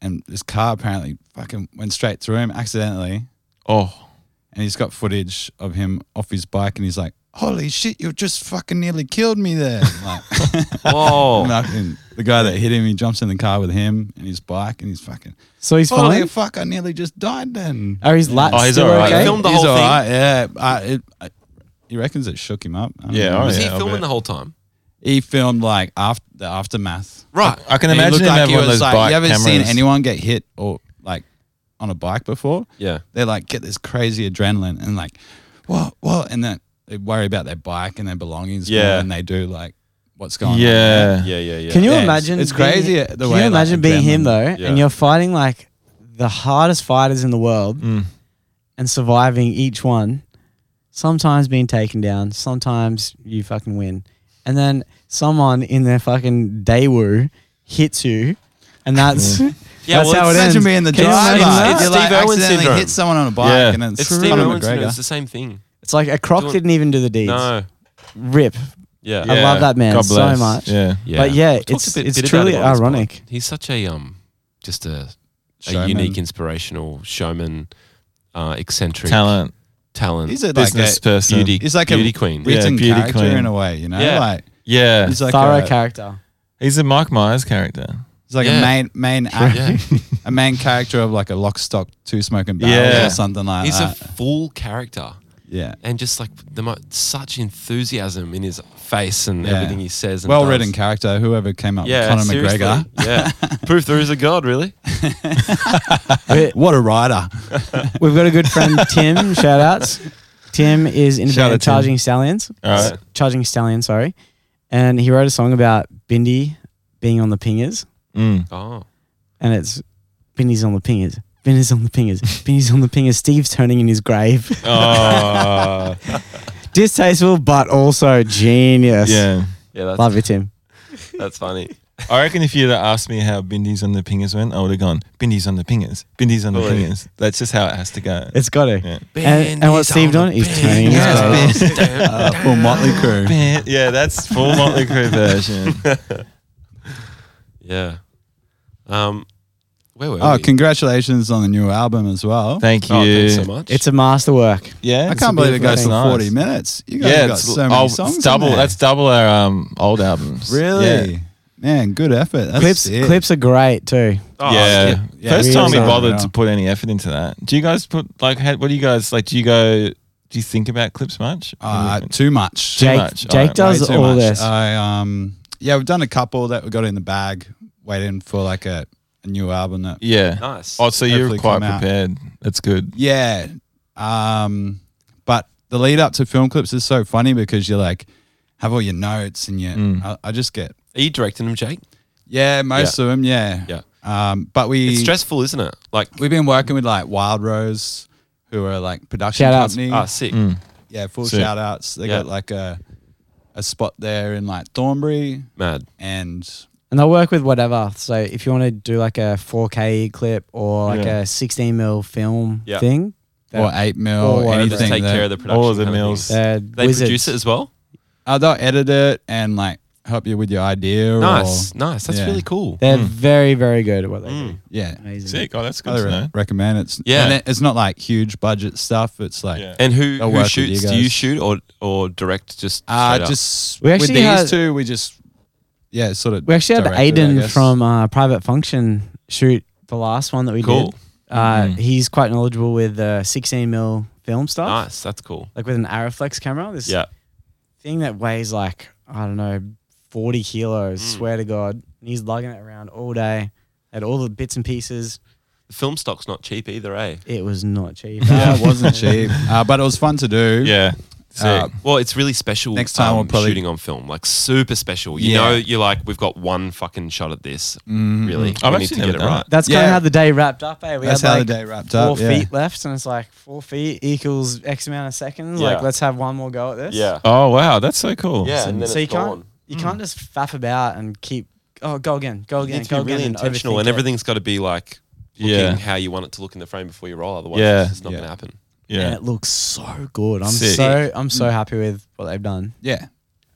S5: and this car apparently fucking went straight through him accidentally.
S3: Oh,
S5: And he's got footage of him off his bike, and he's like, "Holy shit, you just fucking nearly killed me there!" Like, [LAUGHS]
S1: Whoa.
S5: And I- and the guy that hit him, he jumps in the car with him and his bike, and he's fucking.
S4: so he's
S5: Holy
S4: fine?
S5: fuck! I nearly just died then.
S4: Are his lats
S3: Oh, he's
S4: still
S3: all right.
S4: okay?
S1: Film- filmed the
S5: He's
S1: whole thing?
S5: alright, yeah, I, it, I, he reckons it shook him up. I don't
S3: Yeah,
S5: know.
S3: oh,
S1: Was
S3: yeah.
S1: he
S3: I'll
S1: filming
S3: bet.
S1: the whole time?
S5: He filmed like after the aftermath.
S1: Right.
S3: I can
S5: And he
S3: imagine
S5: looked
S3: him
S5: like
S3: having
S5: he
S3: one of
S5: was
S3: those
S5: like,
S3: bike
S5: you haven't
S3: cameras.
S5: seen anyone get hit or like on a bike before.
S1: Yeah.
S5: They like get this crazy adrenaline and like, what, what, and then they worry about their bike and their belongings. more
S1: Yeah.
S5: than they do like what's going on.
S3: Yeah.
S1: Yeah. Yeah. Yeah.
S4: Can you
S5: Yeah, it's-
S4: imagine?
S5: it's
S4: being-
S5: crazy the
S4: can
S5: way,
S4: you
S5: like,
S4: imagine being him though,
S5: adrenaline-
S1: Yeah.
S4: and you're fighting like the hardest fighters in the world
S3: Mm.
S4: and surviving each one? Sometimes being taken down, sometimes you fucking win, and then someone in their fucking daewoo hits you,
S5: [LAUGHS]
S4: and that's that's
S1: well,
S4: how it
S1: it's-
S4: ends.
S5: Imagine being the
S4: Can you
S5: driver.
S4: imagine that?
S5: You
S1: It's
S5: like
S1: Steve Irwin
S5: accidentally
S1: syndrome.
S5: hit someone on a bike
S3: Yeah.
S5: and then
S1: It's
S5: Conor
S1: Steve Irwin's.
S5: McGregor.
S1: It's the same thing.
S4: It's like a croc
S1: Doing-
S4: didn't even do the deeds.
S1: No.
S4: Rip.
S1: Yeah.
S4: I love that man
S3: God
S4: so
S3: bless.
S4: much.
S3: Yeah.
S1: yeah.
S4: But yeah,
S1: Talked
S4: it's
S1: a bit-
S4: it's
S1: bit about
S4: truly
S1: him on this pod.
S4: ironic.
S1: He's such a um, just a, a
S5: Showman.
S1: unique, inspirational showman, uh, eccentric
S3: Talent,
S1: talent.
S5: He's a, like
S3: business
S5: a
S3: person.
S1: beauty,
S5: He's like a-
S1: beauty queen.
S3: Yeah,
S5: written
S3: beauty
S5: character
S3: queen.
S5: in a way, you know?
S1: Yeah.
S5: Like
S3: Yeah.
S5: he's like
S1: uh,
S4: Thorough
S5: a,
S4: character.
S3: He's a Mike Myers character.
S5: he's like
S1: Yeah.
S5: a main main act,
S4: [LAUGHS]
S1: Yeah.
S5: [LAUGHS] a main character of like a lock stock two smoking barrels
S3: Yeah.
S5: or something
S1: [LAUGHS]
S5: like
S1: He's a
S5: that.
S1: full character
S5: yeah.
S1: and just like the mo- such enthusiasm in his face and
S5: Yeah.
S1: everything he says. And
S5: Well written
S1: does.
S5: character, whoever came up
S1: Yeah,
S5: with Conor
S1: seriously.
S5: McGregor.
S1: Yeah, proof there is a god. Really?
S4: We-
S5: What a rider.
S4: We've got a good friend
S3: [LAUGHS]
S4: Tim. shout outs. Tim is in a
S3: Shout
S4: band
S3: out, Tim.
S4: charging stallions.
S3: All right.
S4: Charging stallion, sorry. And he wrote a song about Bindi being on the pingers,
S3: Mm.
S1: Oh,
S4: and it's Bindi's on the pingers. Bindi's on the
S3: [LAUGHS]
S4: pingers. Bindi's on the pingers. Steve's turning in his grave.
S3: Oh.
S4: Distasteful, but also genius.
S3: [LAUGHS] yeah.
S1: yeah. That's
S4: Love you, Tim.
S1: that's funny.
S3: I reckon if you'd have asked me how Bindi's on the pingers went, I would have gone, Bindi's on the pingers, Bindi's on the
S1: Really?
S3: pingers. That's just how it has to go.
S4: It's got to.
S3: yeah.
S4: And- and what's Steve
S1: Bindi's on
S4: doing?
S1: the
S4: He's turning
S1: pins.
S4: his
S5: grave.
S1: Yes, damn.
S3: [LAUGHS]
S5: Uh, full Motley Crew.
S3: Bin- [LAUGHS] yeah, that's full Motley Crue version.
S1: [LAUGHS] Yeah. Um, where were
S5: Oh,
S1: we?
S5: congratulations on the new album as well.
S3: Thank you.
S1: Oh, thanks so much.
S4: It's a masterwork.
S3: Yeah,
S5: I
S3: it's a
S5: can't believe it
S3: beautiful- that's
S5: goes for
S3: nice.
S5: 40 minutes. You guys
S3: Yeah,
S5: have got
S3: it's,
S5: so many
S3: oh, it's
S5: songs. in
S3: double.
S5: there.
S3: That's double our um, old albums.
S5: really
S3: Yeah.
S5: man, good effort. That's
S4: clips
S5: sick.
S4: clips are great too.
S1: Oh,
S3: yeah.
S5: yeah,
S3: First
S4: we
S3: time
S4: always
S3: we
S4: are.
S3: bothered to put any effort into that. Do you guys put like? How, what do you guys like? Do you go? Do you think about clips much?
S5: Uh, too much.
S3: Too
S4: Jake
S3: much.
S4: Jake
S3: Alright,
S5: Way
S4: does
S5: too
S4: all
S5: much.
S4: this.
S5: I um yeah, we've done a couple that we got in the bag, waiting for like a, a new album that
S3: yeah.
S1: Nice.
S3: Oh, so you're
S5: Hopefully
S3: quite
S5: come out.
S3: prepared. That's good.
S5: Yeah. Um, but the lead up to film clips is so funny because you're like, have all your notes and you.
S3: Mm.
S5: I, I just get.
S1: Are you directing them, Jake?
S5: Yeah, most of 'em, of them. Yeah. Yeah. Um, but we
S1: It's stressful, isn't it? Like,
S5: we've been working with like Wild Rose, who are like production
S4: Shout outs.
S5: company.
S1: ah, sick.
S3: Mm.
S5: Yeah, full
S3: Sick.
S5: shout outs. They
S1: Yeah.
S5: got like a a spot there in like Thornbury
S1: Mad.
S5: and
S4: And they'll work with whatever. So if you want to do like a 4K clip or like
S3: Yeah.
S4: a 16 mil film
S1: Yeah.
S4: thing,
S5: or eight mil
S4: Or whatever.
S5: or
S1: They
S5: anything.
S1: just take
S5: that-
S1: care of the production.
S3: All of the
S1: kind of
S3: meals.
S1: thing.
S4: they're
S1: They
S4: wizards.
S1: produce it as well.
S5: Oh, they'll edit it and like help you with your idea.
S1: Nice,
S5: Or,
S1: nice. That's
S5: yeah.
S1: really cool.
S4: They're
S3: Mm.
S4: very very good at what they
S1: Mm.
S5: yeah.
S4: do. Amazing.
S3: Sick. Oh, that's good
S5: I
S3: to
S5: re-
S3: know.
S5: recommend it's
S1: Yeah.
S5: yeah. And it- it's not like huge budget stuff. It's like
S3: Yeah.
S1: And who,
S5: They'll
S1: who
S5: work with
S1: shoots?
S5: you
S1: Do you
S5: guys.
S1: shoot or or direct? Just
S5: uh,
S1: straight up?
S5: just
S4: We
S5: with
S4: actually
S5: these
S4: had-
S5: two, we just yeah, sort of.
S4: We actually had
S5: directed, I
S4: Aiden
S5: guess.
S4: from uh, Private Function shoot the last one that we
S1: Cool.
S4: did. Uh,
S3: Mhm.
S4: He's quite knowledgeable with uh, 16 mil film stuff,
S1: nice. That's cool.
S4: like with an Araflex camera. This
S1: Yeah.
S4: thing that weighs like I don't know, 40 kilos.
S1: Mm.
S4: Swear to God, and he's lugging it around all day. Had all the bits and pieces.
S1: The film stock's not cheap either, eh?
S4: It was not cheap.
S5: [LAUGHS] Yeah,
S4: [LAUGHS]
S5: it wasn't cheap, uh, but it was fun to do.
S3: Yeah. Sick.
S5: Uh,
S1: Well, it's really special. um,
S5: Next time we'll probably-
S1: shooting on film, like super special. You
S5: Yeah.
S1: know, you're like, we've got one fucking shot at this.
S5: Mm.
S1: Really,
S3: I've
S1: we need
S3: actually
S1: to get
S3: never
S1: it
S3: done
S1: right.
S3: it.
S4: That's kind
S5: Yeah.
S4: of how the day wrapped up, eh? We
S5: That's
S4: had
S5: how
S4: like
S5: the day wrapped
S4: four
S5: up. yeah.
S4: feet left, and it's like four feet equals X amount of seconds.
S1: Yeah.
S4: Like, let's have one more go at this.
S3: oh wow, that's so cool.
S1: yeah. And then
S4: so you
S1: it's
S4: can't
S1: gone.
S4: you
S5: Mm.
S4: can't just faff about and keep oh go again, go
S1: You
S4: again,
S1: need to
S4: go
S1: be
S4: again.
S1: really intentional,
S4: overthink
S1: and
S4: it.
S1: everything's got to be like looking
S3: Yeah.
S1: how you want it to look in the frame before you roll. Otherwise,
S3: Yeah.
S1: it's just not
S5: Yeah.
S1: gonna happen.
S4: And
S3: Yeah.
S4: it looks so good. I'm
S3: Sick.
S4: so I'm so
S1: Mm.
S4: happy with what they've done.
S5: Yeah.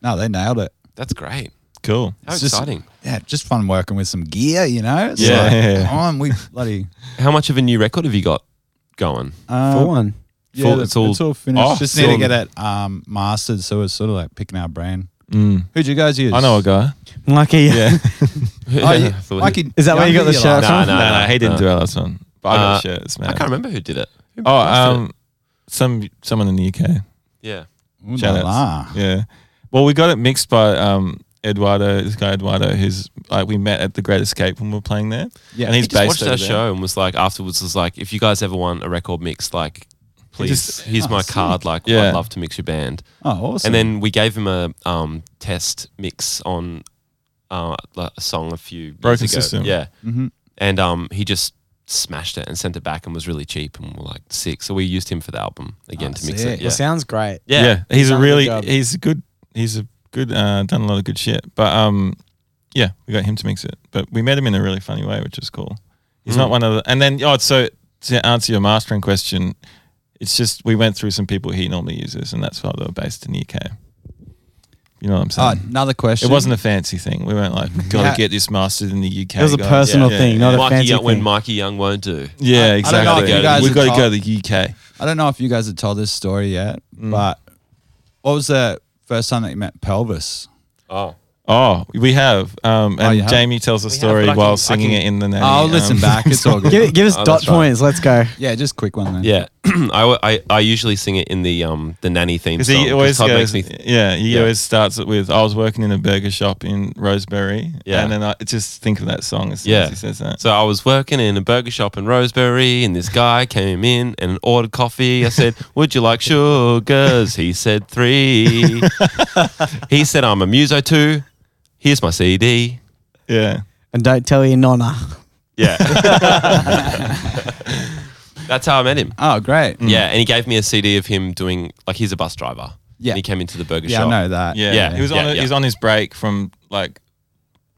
S5: No, they nailed it.
S1: That's great.
S3: Cool.
S1: How
S5: It's just-
S1: exciting!
S5: Yeah, just fun working with some gear, you know. It's
S3: Yeah.
S5: like,
S3: Yeah.
S5: come on, we bloody.
S1: how much of a new record have you got [LAUGHS] going?
S5: Uh,
S4: For one,
S5: Yeah,
S1: Full- it's
S5: it's,
S1: all-
S5: all, finished.
S3: Oh,
S5: just need to
S1: done.
S5: get it um, mastered, so it's sort of like picking our brain.
S3: Mm.
S5: Who'd you guys use?
S3: I know a guy.
S4: Mikey,
S3: Yeah.
S5: Oh,
S3: [LAUGHS]
S5: you,
S1: Thought-
S5: Mikey,
S4: Is that where you got the
S5: Young,
S4: shirt
S5: like-
S1: Nah,
S4: from?
S1: nah,
S3: no,
S1: nah,
S3: no, he didn't
S1: nah.
S3: do our last one. But I
S1: Uh,
S3: got shirts, man.
S1: I can't remember who did it. Who
S3: Oh,
S1: posted it?
S3: um, some someone in the UK.
S1: yeah.
S5: Ooh,
S3: Shout
S5: la
S3: outs.
S5: la.
S3: Yeah. Well, we got it mixed by um, Eduardo, this guy Eduardo, who's like we met at the Great Escape when we were playing there,
S5: Yeah.
S3: and he's
S1: he just
S3: based
S1: watched
S3: over
S1: our
S3: there.
S1: show and was like afterwards was like if you guys ever want a record mix like please
S3: just-
S1: here's [LAUGHS]
S5: Oh,
S1: my
S5: sick.
S1: card like
S3: Yeah.
S1: I'd love to mix your band
S5: Oh, awesome.
S1: and then we gave him a um, test mix on uh, like a song a few years
S3: Broken
S1: ago.
S3: System.
S1: yeah
S4: Mm-hmm.
S5: Mhm.
S1: and um, he just smashed it and sent it back and was really cheap and we're like sick so we used him for the album again
S5: Oh,
S1: to mix
S5: sick.
S1: it
S4: Well,
S1: yeah
S4: sounds great.
S1: yeah,
S3: he's a
S4: done a good
S3: really
S4: job.
S3: he's a good he's a good uh, done a lot of good shit. But um, Yeah, we got him to mix it, but we met him in a really funny way, which is cool. He's
S4: Mm.
S3: not one of the. And then, oh, so to answer your mastering question, it's just we went through some people he normally uses, and that's why they were based in the UK. You know what I'm
S5: Oh,
S4: Ah,
S3: saying?
S5: another question.
S3: it wasn't a fancy thing. We weren't like, gotta
S5: Yeah.
S3: get this mastered in the UK.
S4: Mm-hmm. It was a
S3: guys."
S4: personal
S3: Yeah,
S4: thing,
S3: yeah,
S4: not a
S3: yeah.
S1: Mikey
S4: fancy
S1: Young, when
S4: thing.
S1: Mikey Young won't do.
S3: Yeah,
S5: I don't know
S3: exactly.
S1: if you guys
S3: We've
S5: are
S3: got to
S5: top-
S3: go to the UK.
S5: I don't know if you guys have told this story yet,
S3: Mm.
S5: but what was the first time that you met Pelvis?
S1: Oh.
S3: Oh, we have. Um,
S5: you
S3: and
S5: have?
S3: Jamie tells a
S1: have,
S3: story
S1: but I can-
S3: while
S1: I
S3: singing
S1: can-
S3: it in the nanny.
S5: I'll listen
S3: um, [LAUGHS]
S5: back. It's all good.
S4: Give, give us
S1: Oh,
S4: dot
S1: that's right.
S4: points. Let's go.
S5: yeah, just quick one then.
S1: Yeah, [CLEARS THROAT] I, I I usually sing it in the um the nanny theme
S3: Because
S1: song.
S3: he always
S1: 'cause Todd
S3: goes,
S1: makes me
S3: yeah, he
S1: yeah.
S3: always starts it with, I was working in a burger shop in Roseberry.
S1: Yeah.
S3: And then I just think of that song as soon
S1: Yeah.
S3: as he says that.
S1: So I was working in a burger shop in Rosebery, and this guy came in and ordered coffee. I said, "Would you like sugars?" He said three. he said, "I'm a muso too. Here's my CD."
S3: Yeah.
S4: And don't tell your nonna. [LAUGHS]
S1: Yeah, [LAUGHS] that's how I met him.
S5: Oh, great.
S3: Mm.
S1: Yeah, and he gave me a CD of him doing like he's a bus driver.
S5: Yeah.
S1: and he came into the burger
S5: Yeah,
S1: shop.
S5: I know that.
S3: Yeah.
S1: Yeah,
S3: He was on,
S1: yeah,
S3: a- he was
S1: yeah.
S3: on his break from like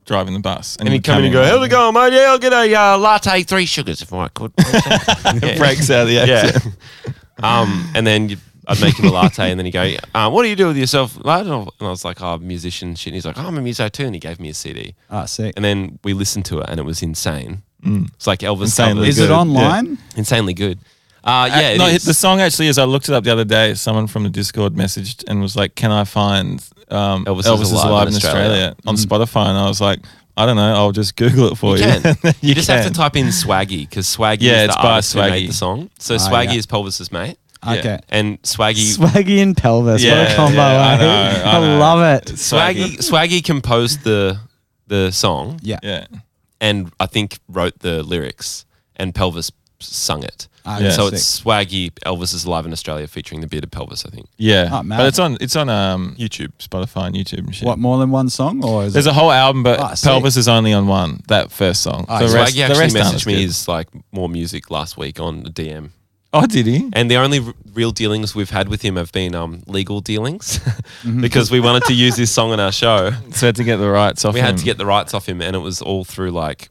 S3: driving the bus.
S1: And he'd come in and go, "How's it going, mate? Yeah, I'll get a uh, latte, three sugars if I could." Yeah.
S3: Breaks out of the accent.
S1: [LAUGHS] Yeah. um, and then you, I'd make him a latte, and then he'd go, um, "What do you do with yourself?" lad?" And I was like, "Oh, I'm a musician." Shit. And he's like, oh, "I'm a musician too," and he gave me a CD.
S5: Ah, sick.
S1: And then we listened to it, and it was insane. It's like Elvis.
S3: Mm. Insanely
S1: covers.
S5: Oh, Is
S3: good.
S5: it online?
S1: Insanely good. Uh, yeah, it
S3: no,
S1: is.
S3: the song actually is. I looked it up the other day. Someone from the Discord messaged and was like, "Can I find um, Elvis, is alive, in Australia, on Spotify?" And I was like, "I don't know. I'll just Google it for
S1: You
S3: you." [LAUGHS]
S1: can. you,
S3: You
S1: just have
S3: can.
S1: to type in Swaggy because Swaggy is
S3: Yeah, it's
S1: the
S3: by
S1: artist who
S3: Swaggy. Oh,
S1: made the song. So Swaggy
S5: yeah.
S1: is Pelvis's mate,
S5: Okay.
S1: and Swaggy
S4: Swaggy and pelvis. what
S3: Yeah,
S4: a combo.
S3: yeah, I
S4: [LAUGHS] eh?
S3: know, I know.
S4: love
S3: [LAUGHS]
S4: it.
S1: Swaggy Swaggy composed the the song.
S5: Yeah.
S3: yeah,
S1: and I think wrote the lyrics, and Pelvis sung it.
S5: Ah,
S1: And
S3: Yeah.
S1: so
S5: sick.
S1: it's swaggy. Elvis is live in Australia featuring the bearded Pelvis. I think
S3: yeah.
S5: Oh, mad.
S3: but it's on it's on um,
S1: YouTube.
S3: Spotify and YouTube and shit.
S5: What, more than one song? Or is
S3: There's
S5: it?
S3: a whole album, but
S5: Ah, sick.
S3: Pelvis is only on one. That first song.
S5: Ah,
S3: the
S5: so
S3: rest,
S1: Swaggy
S3: the
S1: actually
S3: rest aren't as
S1: messaged me
S3: good.
S1: his like more music last week on the DM.
S3: Oh, did he?
S1: And the only r- real dealings we've had with him have been um, legal dealings [LAUGHS]
S3: Mm-hmm.
S1: because we wanted to use his song on our show.
S3: So had to get the rights off.
S1: We had
S3: him.
S1: to get the rights off him, and it was all through like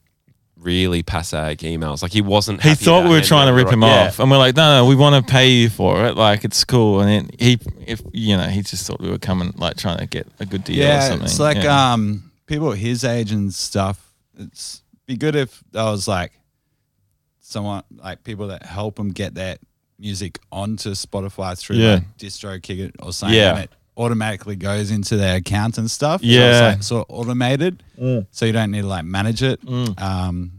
S1: really passag emails. Like he wasn't.
S3: He
S1: happy
S3: thought
S1: about
S3: we were
S1: handing
S3: trying to
S1: over the
S3: rip him
S1: right- Yeah.
S3: off, and we're like, no, no, we want to pay you for it. Like, it's cool. And it, he, if you know, he just thought we were coming, like, trying to get a good deal or
S5: Yeah,
S3: something.
S5: it's like
S3: yeah.
S5: um people his age and stuff. It's be good if I was like someone like people that help him get that music onto Spotify through
S3: Yeah.
S5: like DistroKid or something.
S3: Yeah.
S5: and it automatically goes into their account and stuff.
S3: Yeah. Mm.
S5: so it's like sort of automated, so you don't need to like manage it. Um,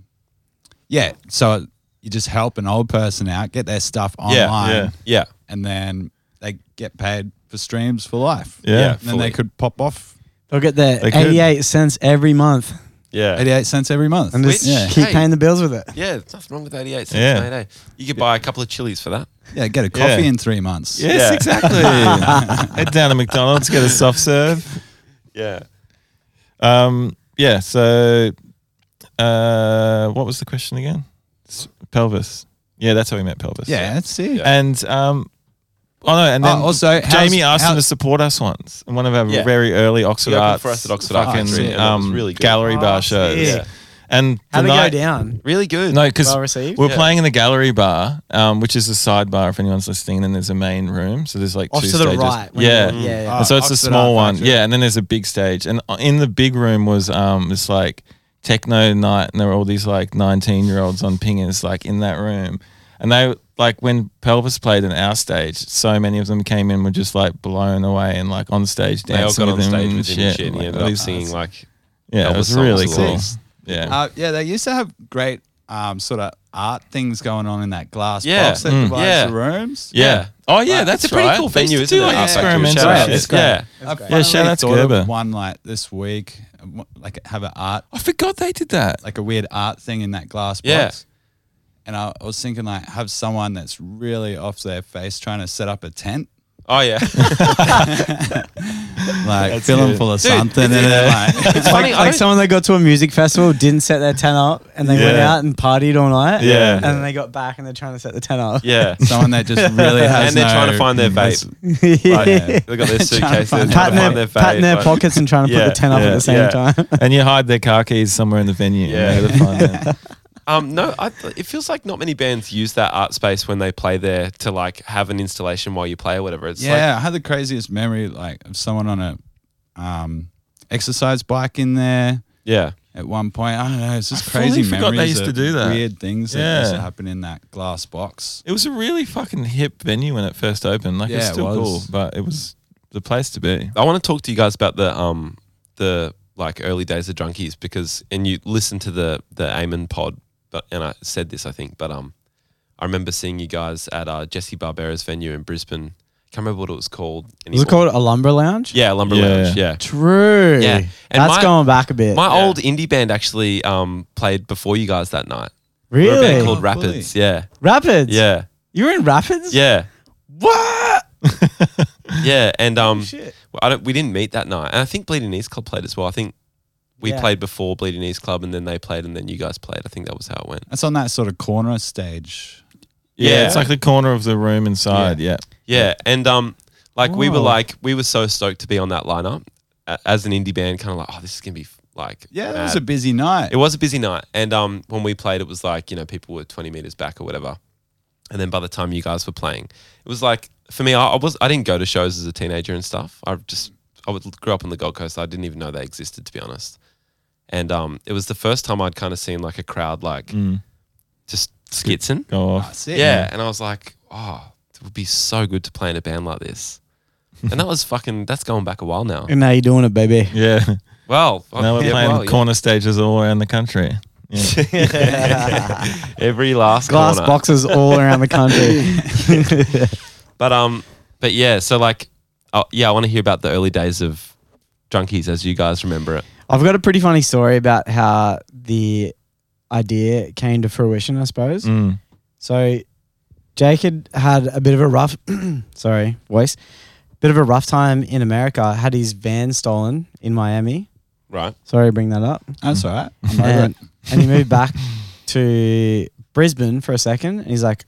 S5: yeah, so you just help an old person out get their stuff
S3: yeah,
S5: online
S1: Yeah.
S5: and then they get paid for streams for life.
S3: Yeah. Yeah,
S5: And then they
S1: fully.
S5: could pop off
S4: They'll get their
S3: They could.
S4: 88 cents every month
S1: Yeah.
S5: 88 cents every month.
S4: and just
S1: Which-
S5: yeah.
S4: keep
S1: hey.
S4: paying the bills with it.
S1: Yeah, there's nothing wrong with 88 cents,
S3: Yeah.
S1: mate. eh? You could buy a couple of chilies for that.
S5: yeah, get a coffee
S3: Yeah.
S5: in three months.
S3: Yes,
S1: Yeah. [LAUGHS]
S3: exactly. Head down to McDonald's, get a soft serve.
S1: Yeah.
S3: Um, yeah. So, uh, what was the question again? S- Pelvis. Yeah, that's how we met Pelvis.
S5: Yeah, that's it.
S1: Yeah.
S3: And um, oh no, and
S5: Oh,
S3: then
S5: also, how's-
S3: Jamie asked him
S5: how-
S3: to support us once in one of our
S1: Yeah.
S3: very early Oxford
S1: He opened
S3: Arts
S1: for us at Oxford Arts,
S3: fucking,
S1: actually, and that was
S3: um,
S1: really good.
S3: gallery
S4: Oh,
S3: bar shows.
S4: sick. Yeah.
S3: And
S4: How'd
S3: the night-
S4: it go down?
S1: Really good.
S3: No, because
S4: Well received?
S3: we're
S1: Yeah.
S3: playing in the gallery bar, um, which is a side bar if anyone's listening. And then there's a main room, so there's like
S4: Off
S3: two
S4: Oh, to the
S3: stages.
S4: right when
S3: Yeah,
S4: you're- yeah, yeah.
S1: Mm.
S3: And so it's a
S5: Oxford
S3: small
S5: Art
S3: one.
S5: Factory.
S3: Yeah, and then there's a big stage, and uh, in the big room was um, this like techno night, and there were all these like 19 year olds on pingers like in that room, and they like when Pelvis played in our stage, so many of them came in were just like blown away and like on stage
S1: they all
S3: dancing
S1: got on
S3: with him
S1: stage
S3: and
S1: with him and shit, and
S3: like,
S1: he ended
S3: all
S1: up
S3: these-
S1: singing like
S3: yeah,
S1: Elvis
S3: it was
S1: songs
S3: really
S1: as
S3: cool.
S1: well.
S3: Yeah.
S5: Uh, yeah, they used to have great um, sort of art things going on in that glass
S1: Yeah.
S5: box that
S1: Mm.
S5: divides
S1: Yeah.
S5: the rooms.
S3: yeah. Oh yeah,
S1: Like,
S3: that's
S1: it's a pretty
S3: right.
S1: cool
S3: They used
S1: venue,
S3: to
S1: isn't
S3: do,
S1: it?
S3: like,
S5: Yeah.
S3: experimental
S1: Shout out.
S3: shit.
S1: It's great. Yeah.
S5: I
S3: Yeah,
S5: finally
S3: shout out to
S5: thought of
S3: Gerber.
S5: One like this week, like have an art,
S3: I forgot they did that.
S5: like a weird art thing in that glass
S1: Yeah.
S5: box. And I, I was thinking, like, have someone
S1: [LAUGHS]
S5: that's really off their face trying to set up a tent.
S1: Oh yeah.
S5: like fill them
S3: good.
S5: full of
S3: Dude,
S5: something, and they're like, [LAUGHS]
S4: It's
S1: funny,
S4: like,
S1: I
S4: like
S1: don't-
S4: someone that got to a music festival, didn't set their tent up, and they went
S3: Yeah.
S4: out and partied all night.
S3: Yeah.
S4: And then they got back and they're trying to set the tent
S1: [LAUGHS]
S4: up. [LAUGHS]
S1: Yeah.
S5: someone that just really has
S1: [LAUGHS] and they're trying to
S5: no-
S1: find their vape.
S5: Yeah.
S1: They've got their
S5: Trying to
S1: suitcase. They're [LAUGHS]
S5: find
S1: trying to
S4: patting their,
S1: find their vape.
S4: patting their
S1: like-
S4: pockets and trying to
S1: [LAUGHS]
S3: Yeah,
S4: put the tent up at
S3: yeah,
S4: the same
S1: yeah.
S4: time.
S3: and you hide their car keys somewhere in the venue.
S1: Yeah.
S3: Yeah, [LAUGHS] find them.
S1: [LAUGHS] Um, no, I th- it feels like not many bands use that art space when they play there to like have an installation while you play or whatever. It's
S5: yeah, I had the craziest memory like of someone on a um, exercise bike in there
S1: like yeah,
S5: at one point. I don't know. It's just
S3: I fully
S5: crazy
S3: forgot they
S5: memories.
S3: used to
S5: of
S3: do that.
S5: Weird things that used to
S3: Yeah.
S5: happen in that glass box.
S3: it was a really fucking hip venue when it first opened. Like
S5: Yeah,
S3: it's
S5: it
S3: still
S5: was.
S3: cool, but it was the place to be.
S1: I want to talk to you guys about the um the like early days of drunkies because and you listen to the the Eamon pod, but and I said this I think, but um I remember seeing you guys at uh, Jesse Barbera's venue in Brisbane. Can't remember what it was called.
S4: Was
S1: anymore.
S4: it called a lumber lounge?
S1: Yeah, Lumber
S3: Yeah.
S1: Lounge. Yeah.
S4: True.
S1: Yeah. And
S4: That's
S1: my-
S4: going back a bit.
S1: My
S3: Yeah.
S1: old indie band actually um, played before you guys that night. They were a band
S4: really?
S1: called
S5: Oh, fully.
S1: Rapids. Yeah.
S4: Rapids.
S1: Yeah.
S4: You were in Rapids?
S1: Yeah.
S4: What?
S1: Yeah. And um,
S4: Shit.
S1: well, I don't, we didn't meet that night. And I think Bleeding East Club played as well. I think we
S4: Yeah.
S1: played before Bleeding East Club and then they played and then you guys played. I think that was how it went.
S5: That's on that sort of corner stage.
S3: Yeah,
S1: Yeah.
S3: it's like the corner of the room inside. Yeah,
S1: Yeah, and um, like we
S5: Oh.
S1: were
S4: Wow.
S1: like we were so stoked to be on that lineup A- as an indie band, kind of like oh this is gonna be f- like
S5: Yeah, it
S1: mad.
S5: was a busy night.
S1: it was a busy night, and um, when we played, it was like you know people were twenty meters back or whatever, and then by the time you guys were playing, it was like for me I, I was I didn't go to shows as a teenager and stuff. I just I would, grew up on the Gold Coast. I didn't even know they existed to be honest, and um, it was the first time I'd kind of seen like a crowd like
S3: Mm.
S1: just skitzing.
S3: go off.
S5: That's it.
S1: Yeah. And I was like, oh, it would be so good to play in a band like this. And that was fucking, that's going back a while now.
S3: [LAUGHS]
S4: And now you're doing it, baby.
S3: Yeah,
S1: Well,
S3: [LAUGHS] now we're
S1: yeah,
S3: playing
S1: well, yeah.
S3: corner stages all around the country.
S4: [LAUGHS]
S3: Yeah.
S1: Every last
S4: Glass
S1: corner.
S4: boxes all around the
S3: [LAUGHS]
S4: country.
S1: But, um, but yeah, so like, oh, yeah, I want to hear about the early days of Drunkies as you guys remember it.
S4: I've got a pretty funny story about how the idea came to fruition, I suppose.
S3: Mm.
S4: So Jake had had a bit of a rough, [CLEARS THROAT] sorry, voice, bit of a rough time in America. Had his van stolen in Miami.
S1: Right.
S4: Sorry to bring that up.
S5: That's all right. I'm
S3: [LAUGHS]
S5: over
S4: And,
S5: it.
S4: and he moved back to Brisbane for a second. And he's like,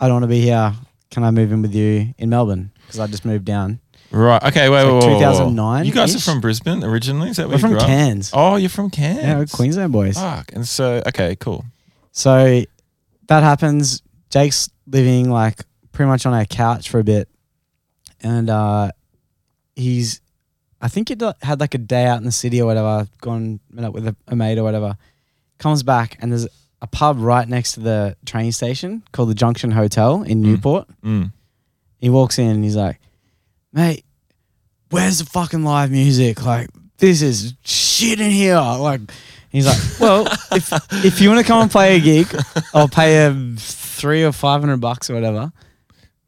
S4: I don't want to be here. Can I move in with you in Melbourne? Because I just moved down.
S3: Right. Okay. Wait.
S4: It's
S3: wait,
S4: like
S3: wait, wait, wait.
S4: 2009
S3: You guys
S4: -ish.
S3: are from Brisbane originally. Is that
S4: We're
S3: where you
S4: from
S3: grew up?
S4: Cairns.
S3: Oh, you're from Cairns.
S4: Yeah, we're Queensland boys.
S3: Fuck. And so, okay, cool.
S4: So that happens. Jake's living like pretty much on our couch for a bit, and uh, he's, I think he d- had like a day out in the city or whatever, gone met up with a, a mate or whatever. Comes back and there's a pub right next to the train station called the Junction Hotel in Newport.
S3: Mm.
S4: He walks in and he's like, "Mate, where's the fucking live music? Like, this is shit in here." Like, he's like, "Well, if if you want to come and play a gig, I'll pay you three or five hundred bucks or whatever.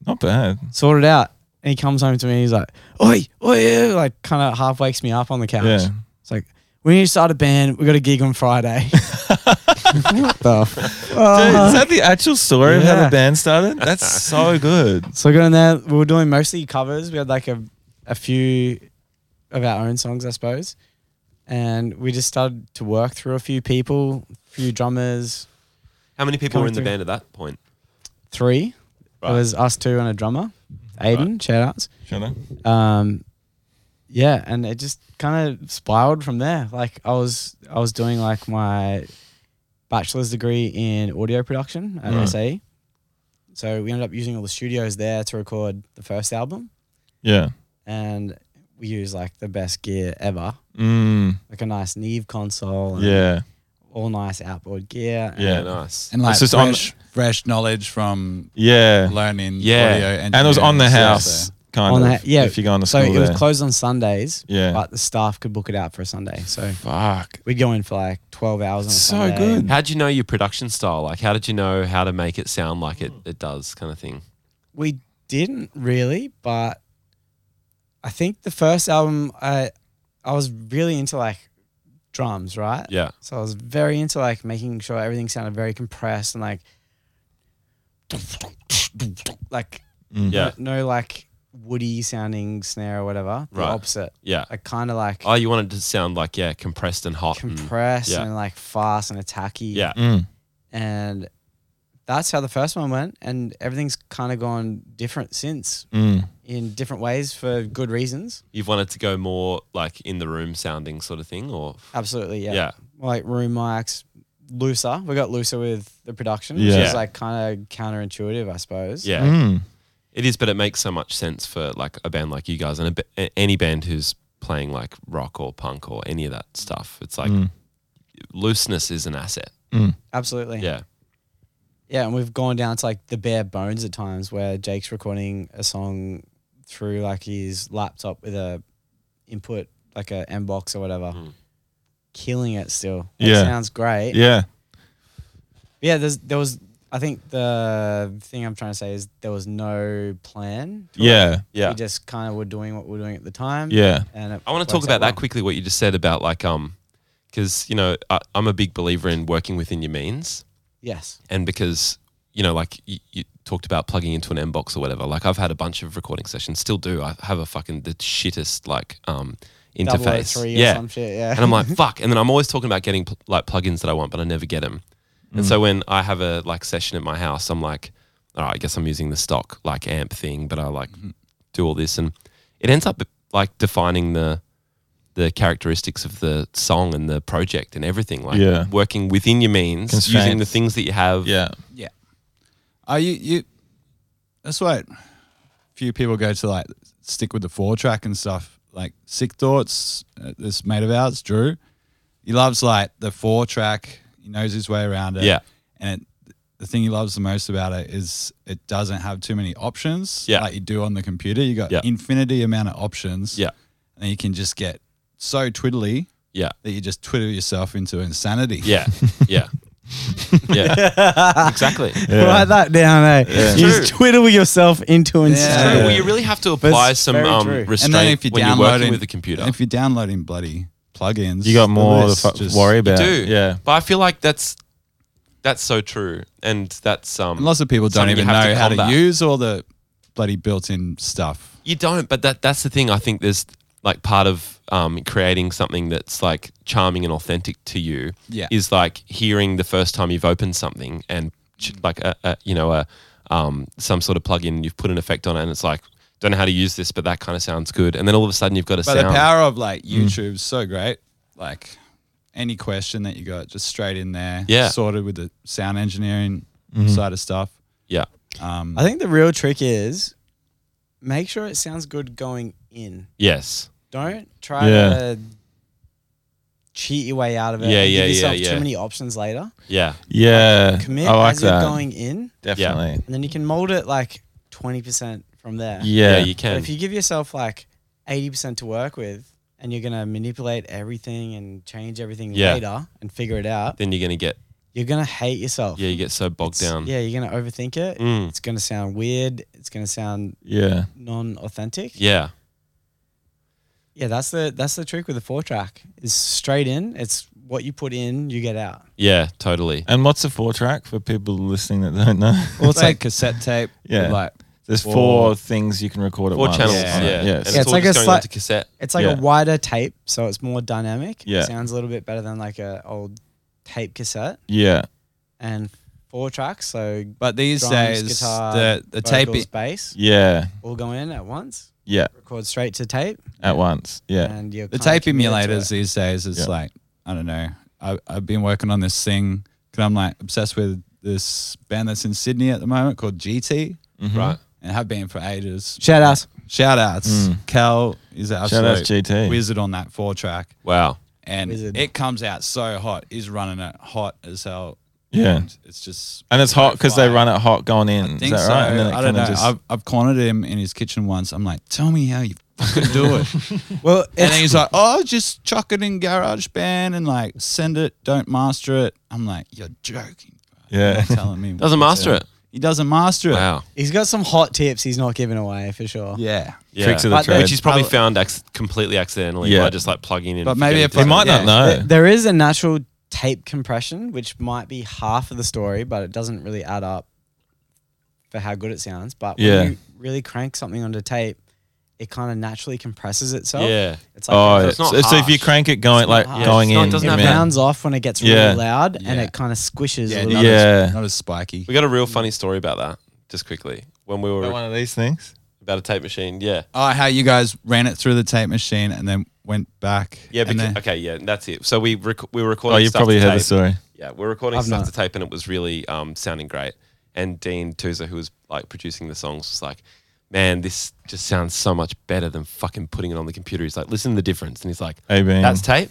S3: Not bad.
S4: Sort it out." And he comes home to me. and He's like, "Oi, oi!" Like, kind of half wakes me up on the couch.
S3: Yeah.
S4: [LAUGHS] It's like. We need to start a band. We got a gig on
S3: [LAUGHS]
S4: Friday. what the f-
S3: Dude, is that the actual story of how
S4: Oh. Yeah.
S3: the band started? That's so good.
S4: So we got in there. We were doing mostly covers. We had like a, a few of our own songs, I suppose, and we just started to work through a few people, a few drummers,
S1: How many people were in the
S4: Coming
S1: band at that point?
S4: three.
S1: Right.
S4: It was us two and a drummer, Aiden. Shout outs.
S3: Shall I?
S4: Um, yeah, and it just kind of spiraled from there. Like I was, I was doing like my bachelor's degree in audio production at
S3: Right.
S4: SAE. So we ended up using all the studios there to record the first album.
S3: Yeah.
S4: and we use like the best gear ever,
S3: Mm.
S4: like a nice Neve console, and
S3: Yeah.
S4: all nice outboard gear. and-
S1: Yeah,
S3: Yeah.
S1: nice.
S5: And like
S3: just on-
S5: fresh, fresh knowledge from
S3: Yeah.
S5: learning
S1: Yeah.
S5: audio
S3: And it was on the
S5: engineering,
S3: house,
S5: so-
S3: kind
S4: On
S3: of.
S4: the- yeah.
S3: If you go on the
S4: So
S3: school
S4: it was
S3: there.
S4: closed on Sundays,
S3: Yeah.
S4: but the staff could book it out for a Sunday. So
S3: Fuck.
S4: we'd go in for like twelve hours on a
S3: So
S4: Sunday.
S3: good.
S1: How'd you know your production style? Like, how did you know how to make it sound like it, it does, kind of thing?
S4: We didn't really, but I think the first album, I I was really into like drums, right?
S1: Yeah.
S4: So I was very into like making sure everything sounded very compressed and like like
S3: Mm.
S1: Yeah.
S4: no, no like woody sounding snare or whatever. The
S1: Right.
S4: opposite.
S1: Yeah.
S4: Like kind of like
S1: Oh, you wanted to sound like yeah, compressed and hot. and-
S4: compressed
S1: yeah.
S4: and like fast and attacky.
S1: yeah.
S3: Mm.
S4: And that's how the first one went. And everything's kind of gone different since
S3: Mm.
S4: in different ways for good reasons.
S1: You've wanted to go more like in the room sounding sort of thing, or
S4: Absolutely. Uh, Yeah.
S1: Yeah.
S4: Like room mics, looser. We got looser with the production,
S3: Yeah.
S4: which is like kind of counterintuitive, I suppose.
S1: yeah,
S3: Mm.
S1: it is. But it makes so much sense for like a band like you guys and a, ba- a- any band who's playing like rock or punk or any of that stuff. It's like
S3: Mm.
S1: looseness is an asset.
S4: Absolutely.
S1: Yeah,
S4: Yeah, and we've gone down to like the bare bones at times where Jake's recording a song through like his laptop with a input like a M box or whatever.
S1: Hmm.
S4: Killing it still. It
S3: Yeah.
S4: sounds great. Yeah,
S3: Yeah.
S4: there's there was I think the thing I'm trying to say is there was no plan. for it.
S3: Yeah.
S1: yeah.
S4: We just kind of were doing what we were doing at the time.
S3: Yeah.
S4: And it
S1: I want
S4: works
S1: to talk about
S4: out well.
S1: that quickly. What you just said about like um, because you know I, I'm a big believer in working within your means.
S4: Yes.
S1: and because you know like you, you talked about plugging into an M box or whatever like i've had a bunch of recording sessions still do i have a fucking the shittest like um interface
S4: 003 or
S1: yeah
S4: some shit, yeah.
S1: and i'm like fuck and then i'm always talking about getting pl- like plugins that i want but i never get them and so when i have a like session at my house i'm like all right i guess i'm using the stock like amp thing but i like
S5: Mm-hmm.
S1: do all this and it ends up like defining the the characteristics of the song and the project and everything like
S3: Yeah.
S1: working within your means using the
S3: Constraints.
S1: things that you have
S3: Yeah.
S5: Yeah. Are you you? That's why few people go to like stick with the four track and stuff. Like Sick Thoughts, uh, this mate of ours, Drew, he loves like the four track. He knows his way around it.
S1: Yeah.
S5: And it, the thing he loves the most about it is it doesn't have too many options.
S1: Yeah.
S5: Like you do on the computer, you got
S1: Yeah.
S5: infinity amount of options.
S1: Yeah.
S5: And you can just get so twiddly
S1: Yeah.
S5: that you just twiddle yourself into insanity. [LAUGHS]
S1: Yeah. Yeah. yeah. Exactly.
S4: [LAUGHS] Write that down, eh? You
S1: It's
S4: just twiddle yourself into
S1: So
S4: insanity.
S1: well, you really have to
S4: it's
S1: apply some
S4: very
S1: um,
S4: true.
S1: restraint
S5: And then if you're
S1: when
S5: downloading
S1: you're working with the computer.
S5: if you're downloading bloody plugins,
S3: You got
S5: the
S3: more to
S5: list
S3: fu-
S5: just-
S3: worry about.
S1: do.
S3: Yeah.
S1: But I feel like that's that's so true, and that's um.
S5: And lots of people don't
S1: something you
S5: even know
S1: have to
S5: how to
S1: combat.
S5: use all the bloody built-in stuff.
S1: You don't, but that that's the thing. I think there's like part of um, creating something that's like charming and authentic to you
S5: Yeah.
S1: is like hearing the first time you've opened something and ch- like a, a you know a um, some sort of plugin you've put an effect on it and it's like don't know how to use this but that kind of sounds good and then all of a sudden you've got a
S5: But
S1: sound
S5: the power of like YouTube's so great. Like any question that you got, just straight in there.
S1: Yeah.
S5: sorted with the sound engineering side of stuff.
S1: yeah
S5: Um,
S4: I think the real trick is make sure it sounds good going in.
S1: yes
S4: Don't try
S3: Yeah.
S4: to cheat your way out of it.
S1: Yeah,
S4: and
S1: yeah,
S4: give
S1: yeah,
S4: yourself
S1: yeah.
S4: Too many options later.
S1: yeah
S3: Yeah.
S4: Commit
S3: I like
S4: as
S3: that.
S4: you're going in,
S3: Definitely.
S4: and then you can mold it like twenty percent from there.
S1: yeah,
S3: Yeah.
S1: you
S4: But
S1: can
S4: if you give yourself like eighty percent to work with, and you're gonna manipulate everything and change everything
S1: Yeah.
S4: later and figure it out,
S1: then you're gonna get
S4: you're gonna hate yourself.
S1: yeah you get so bogged
S4: It's-
S1: down
S4: Yeah, you're gonna overthink it.
S1: Mm.
S4: It's gonna sound weird. It's gonna sound
S3: Yeah.
S4: non-authentic.
S1: yeah
S4: Yeah, that's the that's the trick with the four track. Is straight in. It's what you put in, you get out.
S1: yeah totally
S3: And what's a four track for people listening that don't
S4: [LAUGHS]
S3: know?
S5: well, it's like, cassette tape.
S3: Yeah.
S5: with, like
S3: There's
S5: four-
S3: four, things you can record at
S1: four
S3: once.
S1: channels yeah,
S5: Yeah.
S1: And
S3: Yes.
S1: it's,
S4: Yeah,
S1: all
S4: it's like
S1: just
S4: a
S1: going
S4: sli-
S1: onto cassette
S4: It's like
S3: Yeah.
S4: a wider tape, so it's more dynamic.
S3: Yeah.
S4: It sounds a little bit better than like a old tape cassette
S3: Yeah.
S4: and four tracks. So
S5: But these
S4: drums,
S5: days,
S4: guitar,
S5: the the tape.
S4: vocals, bass
S3: Yeah.
S4: all go in at once.
S3: Yeah.
S4: Record straight to tape.
S3: At once. Yeah.
S4: And you're
S5: The
S4: kinda
S5: tape
S4: committed to
S5: emulators
S4: it.
S5: these days is
S3: Yeah.
S5: like, I don't know. I, I've been working on this thing because I'm like obsessed with this band that's in Sydney at the moment called GT
S3: Mm-hmm.
S1: right
S5: and have been for ages.
S4: Shout out.
S5: Shout outs.
S3: Mm.
S5: Cal is an
S3: Shout
S5: absolute
S3: out GT.
S5: wizard on that four track.
S1: wow
S5: And
S4: Wizard.
S5: it comes out so hot. He's running it hot as hell.
S3: Yeah.
S5: And it's just.
S3: and it's hot because they
S5: fire.
S3: run it hot going in.
S5: think
S3: Is that
S5: so.
S3: right? And then it
S5: I don't
S3: kinda
S5: know.
S3: just-
S5: I've, I've cornered him in his kitchen once. I'm like, tell me how you fucking
S3: [LAUGHS]
S5: do it.
S4: Well,
S5: And
S4: it's,
S5: then he's like, "Oh, just chuck it in GarageBand and like send it. Don't master it." I'm like, "You're joking." bro.
S3: yeah.
S5: You're telling me
S1: doesn't
S5: what to
S1: master
S5: do."
S1: it
S5: He doesn't master it.
S1: wow
S4: he's got some hot tips he's not giving away for sure.
S5: Yeah,
S1: yeah.
S3: Tricks of the
S4: But
S3: trade.
S1: which he's probably found ac- completely accidentally
S3: Yeah.
S1: by just like plugging in
S5: But
S1: and
S5: maybe
S1: forgetting
S5: if
S1: to-
S5: I-
S3: he might
S5: Yeah.
S3: not know.
S4: There- there is a natural tape compression, which might be half of the story, but it doesn't really add up for how good it sounds, but
S3: Yeah.
S4: when you really crank something onto tape, it kind of naturally compresses itself.
S1: Yeah.
S4: It's like
S3: Oh,
S4: a-
S1: it's not
S3: so, so if you
S1: harsh.
S3: crank it going
S4: It's
S3: like
S4: not harsh.
S3: going
S1: It's not-
S3: in,
S1: it doesn't
S4: it
S1: have
S3: man.
S1: that-
S4: rounds off when it gets
S3: Yeah.
S4: really loud and
S5: Yeah.
S4: it kind of squishes
S5: Yeah,
S4: a
S5: not
S4: little
S5: as-
S4: bit.
S3: Yeah.
S5: not as spiky.
S1: We got a real funny story about that, just quickly. When we were
S3: one of these things.
S1: about a tape machine, yeah.
S5: Oh, how you guys ran it through the tape machine and then went back.
S1: Yeah,
S5: and
S1: because,
S5: then-
S1: okay, yeah, that's it. So we rec- we were recording.
S3: Oh, you've
S1: stuff
S3: probably
S1: to
S3: heard
S1: tape.
S3: the story.
S1: Yeah, we we're recording
S4: I've
S1: stuff
S4: not.
S1: to tape, and it was really um, sounding great. And Dean Tuzer, who was like producing the songs, was like, "Man, this just sounds so much better than fucking putting it on the computer." He's like, "Listen to the difference," and he's like,
S3: Hey, Bean.
S1: "That's tape."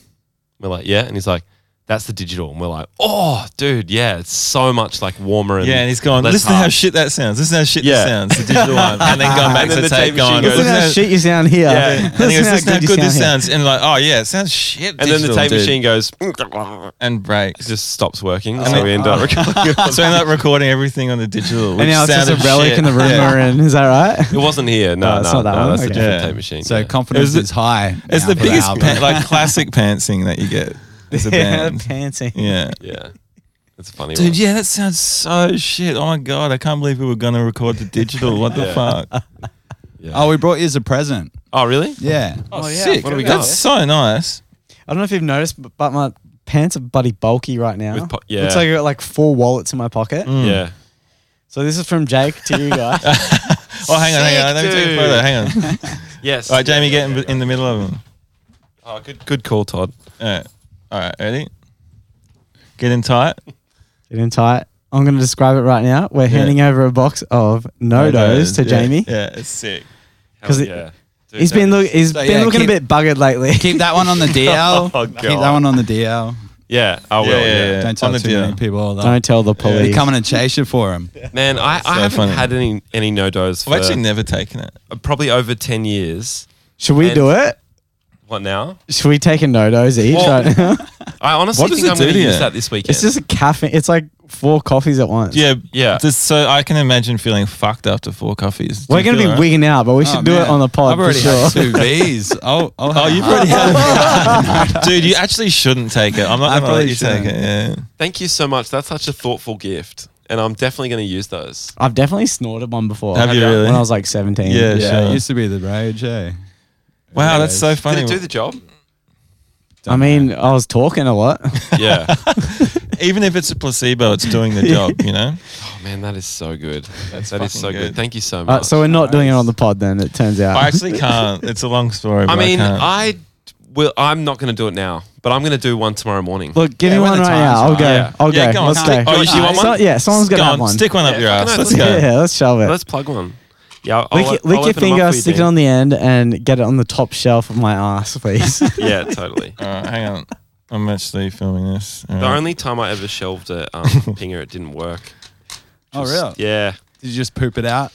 S1: We're like, "Yeah," and he's like, "That's the digital," and we're like, "Oh, dude, yeah, it's so much like warmer." And
S3: yeah, and he's going,
S1: less
S3: listen to how
S1: harsh."
S3: shit that sounds. Listen to how shit
S1: Yeah.
S3: that [LAUGHS] sounds. The digital one. And then going back
S1: And then
S3: to
S1: the
S3: the
S1: tape
S3: tape, going,
S1: machine goes,
S4: Listen
S3: listen
S4: how
S3: how
S4: shit you sound here.
S1: Yeah. And
S3: And he goes, listen how good
S4: you
S3: this
S4: sound here.
S3: sounds. And like, oh, yeah, it sounds shit.
S1: And then the
S3: digital,
S1: tape
S3: dude.
S1: machine goes, [LAUGHS]
S3: And breaks.
S1: it [LAUGHS] just stops working,
S3: then-
S1: so we
S3: [LAUGHS]
S1: end up recording. it on-
S3: so I
S1: [LAUGHS]
S3: ended up recording everything on the digital. Which
S4: And now it's just a
S3: sounded
S4: relic
S3: shit.
S4: in the room
S3: Yeah.
S4: we're in. Is that right?
S3: [LAUGHS]
S1: It wasn't here. No,
S4: Oh,
S1: no,
S4: it's not that
S1: no,
S4: one?
S1: that's a
S4: Okay.
S1: different
S3: Yeah.
S1: tape machine.
S5: So
S1: yeah.
S5: confidence
S3: It was the-
S5: is high.
S3: It's the
S5: now for that
S3: biggest
S5: album.
S3: pan- like classic pantsing that you get as [LAUGHS] a
S4: Yeah, [LAUGHS]
S3: band.
S4: panting.
S3: Yeah.
S1: yeah, that's a funny. one.
S3: Dude, yeah, that sounds so shit. Oh my god, I can't believe we were gonna record the digital. What
S1: [LAUGHS]
S3: the
S1: Yeah.
S3: fuck?
S1: Yeah.
S5: Oh, we brought you as a present.
S1: Oh, really?
S5: Yeah.
S4: Oh, yeah.
S3: Sick.
S1: What do we got?
S3: That's so nice.
S4: I don't know if you've noticed, but, but my pants are bloody bulky right now.
S1: With po- yeah. Mm.
S4: Looks like I got like four wallets in my pocket.
S3: Hmm.
S1: Yeah.
S4: So this is from Jake to you guys.
S3: Oh, hang on, hang on.
S1: Sick,
S3: Let me take a
S1: dude.
S3: photo. Hang on.
S1: [LAUGHS] Yes.
S3: All right, Jamie, get in, in the middle of them.
S1: Oh, good, good call, Todd.
S3: All right, all right, ready? Get in tight.
S4: Get in tight. I'm going to describe it right now. We're handing over a box of no dos to
S3: Yeah,
S4: Jamie.
S3: Yeah, it's sick.
S4: Because it-
S1: yeah. Dude,
S4: He's
S1: that
S4: been
S1: is-
S4: look, he's
S5: So,
S4: been
S5: yeah,
S4: looking
S5: keep-
S4: a bit buggered lately.
S5: Keep that one on the DL.
S1: Oh,
S5: Keep
S1: God.
S5: that one on the DL.
S1: Yeah, I will. Yeah,
S3: yeah,
S5: Don't tell
S3: on the
S5: too many
S3: DL.
S5: people all that.
S4: Don't tell the
S5: They're
S4: police.
S5: coming and chase you for him.
S1: Man, I, I
S3: so
S1: haven't
S3: funny.
S1: had any any no dos for uh,
S3: I've actually never taken it.
S1: probably over ten years.
S4: Should we
S1: And-
S4: do it?
S1: What now?
S4: Should we take a no dos each
S1: Well-
S4: right now?
S1: I honestly
S3: What does
S1: think
S3: it
S1: I'm going
S3: do
S1: to
S3: to
S1: use
S3: you?
S1: that this weekend.
S4: It's just a caffeine. It's like four coffees at once.
S3: Yeah,
S1: Yeah.
S3: Just so I can imagine feeling fucked after four coffees. Do
S4: We're
S3: you
S4: going to
S3: feel
S4: be
S3: alright?
S4: wigging out, but we should
S5: Oh,
S4: do it
S5: man.
S4: on the pod
S5: I've
S4: for
S5: already
S4: sure.
S5: had two Vs. Oh,
S3: Oh, you've already had. Dude, you actually shouldn't take it. I'm
S5: I
S3: not gonna let
S5: probably
S3: you take it. Yeah.
S1: Thank you so much. That's such a thoughtful gift, and I'm definitely going to use those.
S4: [LAUGHS] I've definitely snorted one before.
S3: Have you
S1: ya?
S3: really?
S4: When I was like 17.
S3: Yeah,
S5: Yeah,
S3: sure.
S5: it used to be the rage, eh?
S3: Wow, that's so
S1: Did
S3: funny.
S1: it do the job?
S4: I mean, I was talking a lot.
S1: Yeah.
S3: Even if it's a placebo, it's doing
S4: [LAUGHS]
S3: the job. You know.
S1: oh man, that is so good. That's
S3: fucking
S1: so good.
S3: good.
S1: Thank you so much.
S4: Uh, so we're not doing it on the pod then, it turns out.
S3: I actually
S4: Uh-huh.
S3: can't. It's a long story. But
S1: I mean,
S3: can't.
S1: I will. I'm not going to do it now, but I'm going to do one tomorrow morning.
S4: Look, give
S5: Yeah,
S4: me
S5: when
S4: one
S5: the
S4: right
S5: time's
S4: now. I'll
S5: right.
S4: go.
S1: Yeah.
S4: I'll
S3: Yeah,
S4: go.
S3: go on,
S4: Let's
S3: stick-
S4: go.
S1: oh, you see one?
S4: So- yeah, someone's
S3: Go
S4: gonna
S3: on,
S4: have one.
S3: Stick one up
S1: Yeah,
S3: your
S1: fucking
S3: ass.
S1: hell,
S3: Let's
S1: let's
S3: go.
S1: do
S4: Yeah, let's shove it.
S1: Let's plug one. Yeah, I'll, I'll,
S4: lick
S1: I'll
S4: lick your
S1: open 'em up
S4: finger,
S1: for you,
S4: stick it
S1: Dean.
S4: on the end, and get it on the top shelf of my ass, please.
S1: Yeah, totally.
S3: All right, hang on. I'm actually filming this. All
S1: The
S3: right.
S1: only time I ever shelved a um, pinger, it didn't work.
S5: Oh, really?
S1: Yeah,
S5: Did you just poop it out?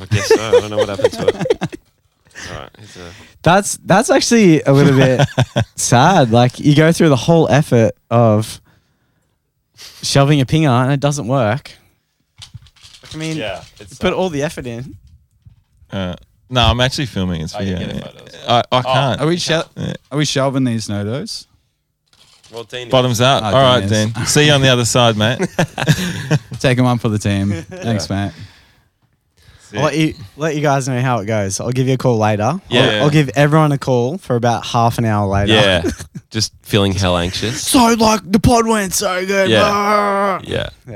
S1: I guess so. I don't know what happened to it. All right, here's a-
S4: that's that's actually a little bit sad. Like you go through the whole effort of shoving a pinger and it doesn't work. Like, I mean,
S1: yeah, it's
S4: put all the effort in.
S3: Uh, no, I'm actually filming this
S1: Oh, you
S3: video.
S1: get a photo Oh, as
S3: I, I can't.
S5: Are we shel-
S3: Yeah.
S5: Are we shelving these nodos?
S1: well, Dean.
S3: Bottoms up.
S5: Oh,
S3: All right,
S5: Dan is.
S3: then. See you on the other side,
S4: [LAUGHS]
S3: mate.
S5: Taking one for the team. Thanks, mate.
S4: I'll let you let you guys know how it goes. I'll give you a call later.
S1: Yeah.
S4: I'll, I'll give everyone a call for about half an hour later.
S1: yeah, just feeling hell anxious.
S4: So like the pod went so good. Ah.
S1: Yeah. Yeah.